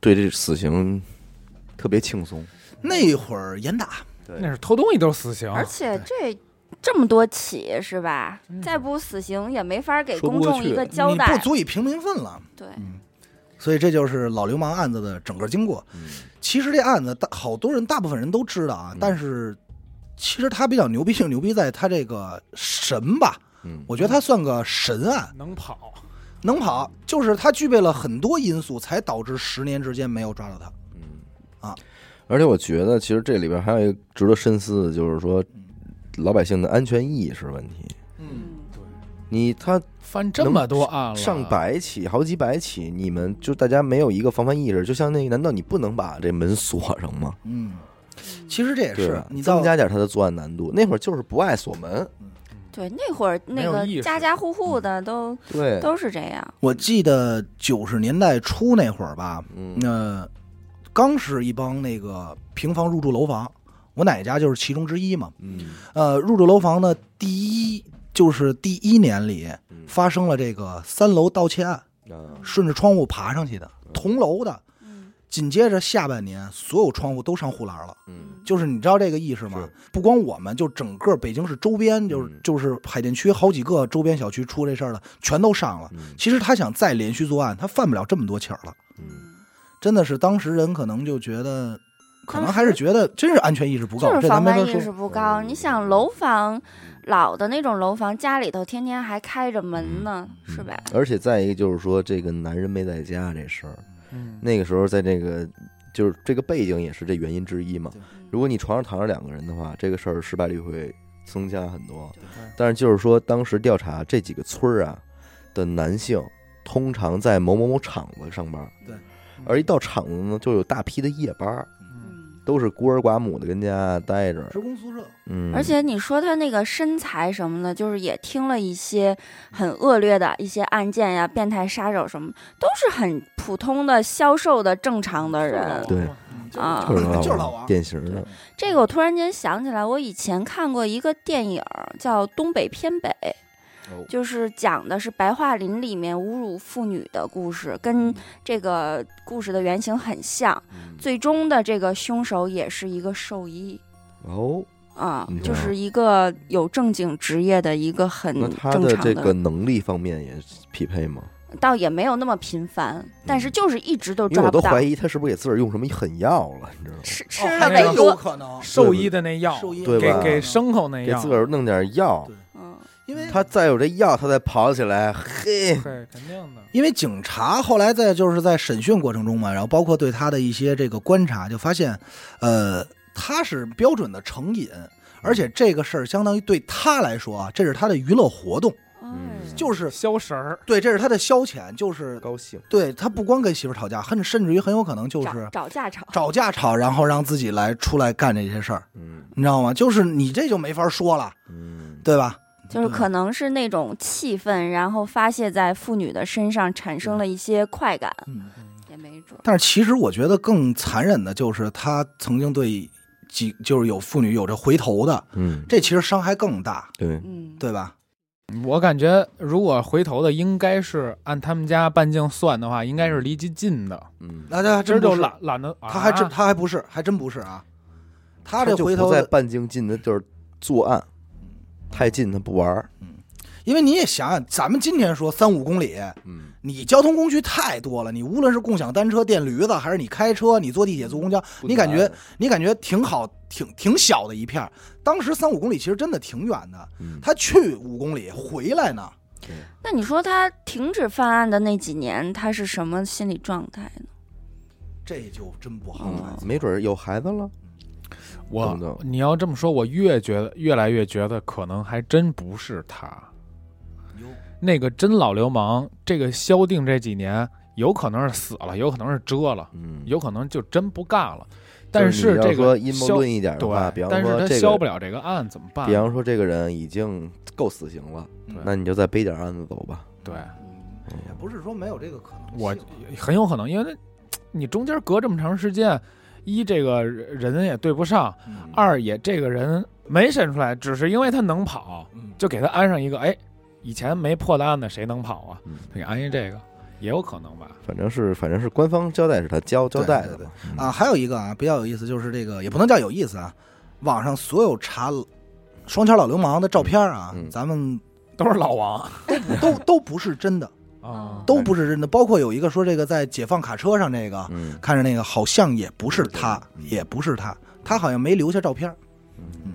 对这死刑特别轻松。
那会儿严打，
对
那是偷东西都是死刑，
而且这这么多起是吧？再不死刑也没法给
说不
公
过
众一
去
个
你
交
你不
代。
足以平民愤了。
对，
所以这就是老流氓案子的整个经过。
嗯
其实这案子大好多人，大部分人都知道啊
嗯，
但是其实他比较牛逼，就牛逼在他这个神吧，
嗯，
我觉得他算个神案，
能跑，
能跑，就是他具备了很多因素，才导致十年之间没有抓到他。
而且我觉得其实这里边还有一个值得深思的，就是说老百姓的安全意识问题。
嗯，
嗯，
你他
翻这么多案了，
上百起、好几百起，你们就大家没有一个防范意识，就像那个，难道你不能把这门锁上吗？
嗯，其实这也
对
是
吧
你到
增加点他的作案难度。那会儿就是不爱锁门，
对，那会儿
没
那
有
个
意识
家家户户的都
对，
都是这样。
我记得九十年代初那会儿吧，
嗯
那、刚是一帮那个平房入住楼房，我奶奶家就是其中之一嘛。
嗯
呃，入住楼房呢，第一就是第一年里
嗯
发生了这个三楼盗窃案，
啊
顺着窗户爬上去的，同楼的。
嗯，
紧接着下半年，所有窗户都上护栏了。
嗯
就是你知道这个意识吗
是？
不光我们，就整个北京市周边，就是、
嗯
就是海淀区好几个周边小区出这事儿了，全都上了。
嗯
其实他想再连续作案，他犯不了这么多起儿了。
嗯，
真的是当时人可能就觉得，可能
当
还是觉得真是安全意识不够，
就是
这咱
防
没
范
法
意识
说。
不高。你想，楼房老的那种楼房，家里头天天还开着门呢，
嗯
是吧？
而且再一个就是说，这个男人没在家这事儿，
嗯，
那个时候在这个就是这个背景也是这原因之一嘛。如果你床上躺着两个人的话，这个事儿失败率会增加很多。但是就是说，当时调查这几个村儿啊的男性，通常在某某某厂子上班，
对，
而一到厂子呢，就有大批的夜班儿，
嗯
嗯，
都是孤儿寡母的跟家待着，
职工宿舍，
嗯，
而且你说他那个身材什么的，就是也听了一些很恶劣的一些案件呀，变态杀手什么，都是很普通的消瘦的正常的人。
对
啊
就是老
嗯就是老王
典型的，
这个我突然间想起来，我以前看过一个电影儿叫《东北偏北》，
哦
就是讲的是白桦林里面侮辱妇女的故事，
嗯
跟这个故事的原型很像。最终的这个凶手也是一个兽医
哦，
啊
嗯，
就是一个有正经职业的一个很
那他
嗯正
的
常
这个能力方面也匹配吗？
倒也没有那么频繁，但是就是一直都
嗯因为
抓
我
不
都
到
怀。疑他是不是给自个儿用什么狠药了，你知道吗？
吃吃
哦，还
了伪
真有
多，
可能，
兽医的那药，
兽医
对吧
给给牲口那
给
药，
自个儿弄点药
对，
嗯，
因为
他再有这药，他再跑起来，嘿，
对，肯定的，
因为警察后来在就是在审讯过程中嘛，然后包括对他的一些这个观察，就发现，呃，他是标准的成瘾，而且这个事儿相当于对他来说啊，这是他的娱乐活动，
哎
嗯
就是
消食儿，
对，这是他的消遣，就是
高兴，
对他不光跟媳妇儿吵架，很甚至于很有可能就
找
是
找架吵，
找架吵，然后让自己来出来干这些事儿，
嗯
你知道吗？就是你这就没法说了，
嗯，
对吧？
就是
对
可能是那种气氛，然后发泄在妇女的身上，产生了一些快感，
嗯。
也没准儿。
但是其实我觉得更残忍的就是他曾经对几就是有妇女有着回头的，
嗯，
这其实伤害更大，
对，
嗯，
对吧？
我感觉如果回头的应该是按他们家半径算的话，应该是离近近的，
嗯，
那他还
今儿
真
就
不是
懒懒得，
他还真
啊
他还不是，还真不是啊。他这
就
回
不
头
在
的，
半径近的就是作案，太近他不玩儿，
因为你也想想，咱们今天说三五公里，
嗯，
你交通工具太多了，你无论是共享单车、电驴子，还是你开车，你坐地铁、坐公交，你感觉，你感觉挺好，挺挺小的一片儿。当时三五公里其实真的挺远的，
嗯，
他去五公里回来呢，
那你说他停止犯案的那几年，他是什么心理状态呢？
这就真不好了
嗯。没准儿有孩子了，等等
我你要这么说，我越觉得越来越觉得可能还真不是他，那个真老流氓，这个萧定这几年有可能是死了，有可能是折了，
嗯，
有可能就真不干了。
就
但
是你要
这
说
个
阴谋
萧
论一点的话，比
对，
方
但是
说
他
这
消不
个，
了这个案怎么办
比？方说这个人已经够死刑了，
嗯
那你就再背点案子走吧。
对，
也不是说没有这个可能性
我很有可能，因为那你中间隔这么长时间，一这个人也对不上，
嗯
二也这个人没审出来，只是因为他能跑，
嗯
就给他安上一个，哎，以前没破的案子谁能跑啊？
嗯，
就给安一这个，也有可能吧。
反正是反正是官方交代是他交交
对
代
对
的
对
嘛。
啊，还有一个啊，比较有意思，就是这个也不能叫有意思啊，网上所有查双桥老流氓的照片啊，
嗯嗯
咱们
都是老王
都都不是真的，
啊，
都不是真的。包括有一个说这个在解放卡车上那个，
嗯，
看着那个好像也不是他，
嗯
也不是他，他好像没留下照片。
嗯，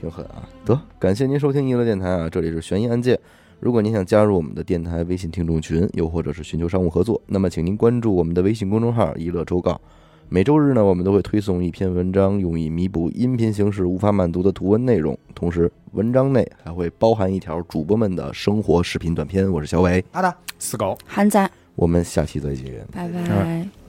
挺狠啊！得，感谢您收听娱乐电台啊，这里是悬疑案件。如果您想加入我们的电台微信听众群，又或者是寻求商务合作，那么请您关注我们的微信公众号“娱乐周告”。每周日呢，我们都会推送一篇文章，用以弥补音频形式无法满足的图文内容。同时，文章内还会包含一条主播们的生活视频短片。我是小伟，
阿达，
死狗。
韩仔，
我们下期再见。
拜
嗯
拜。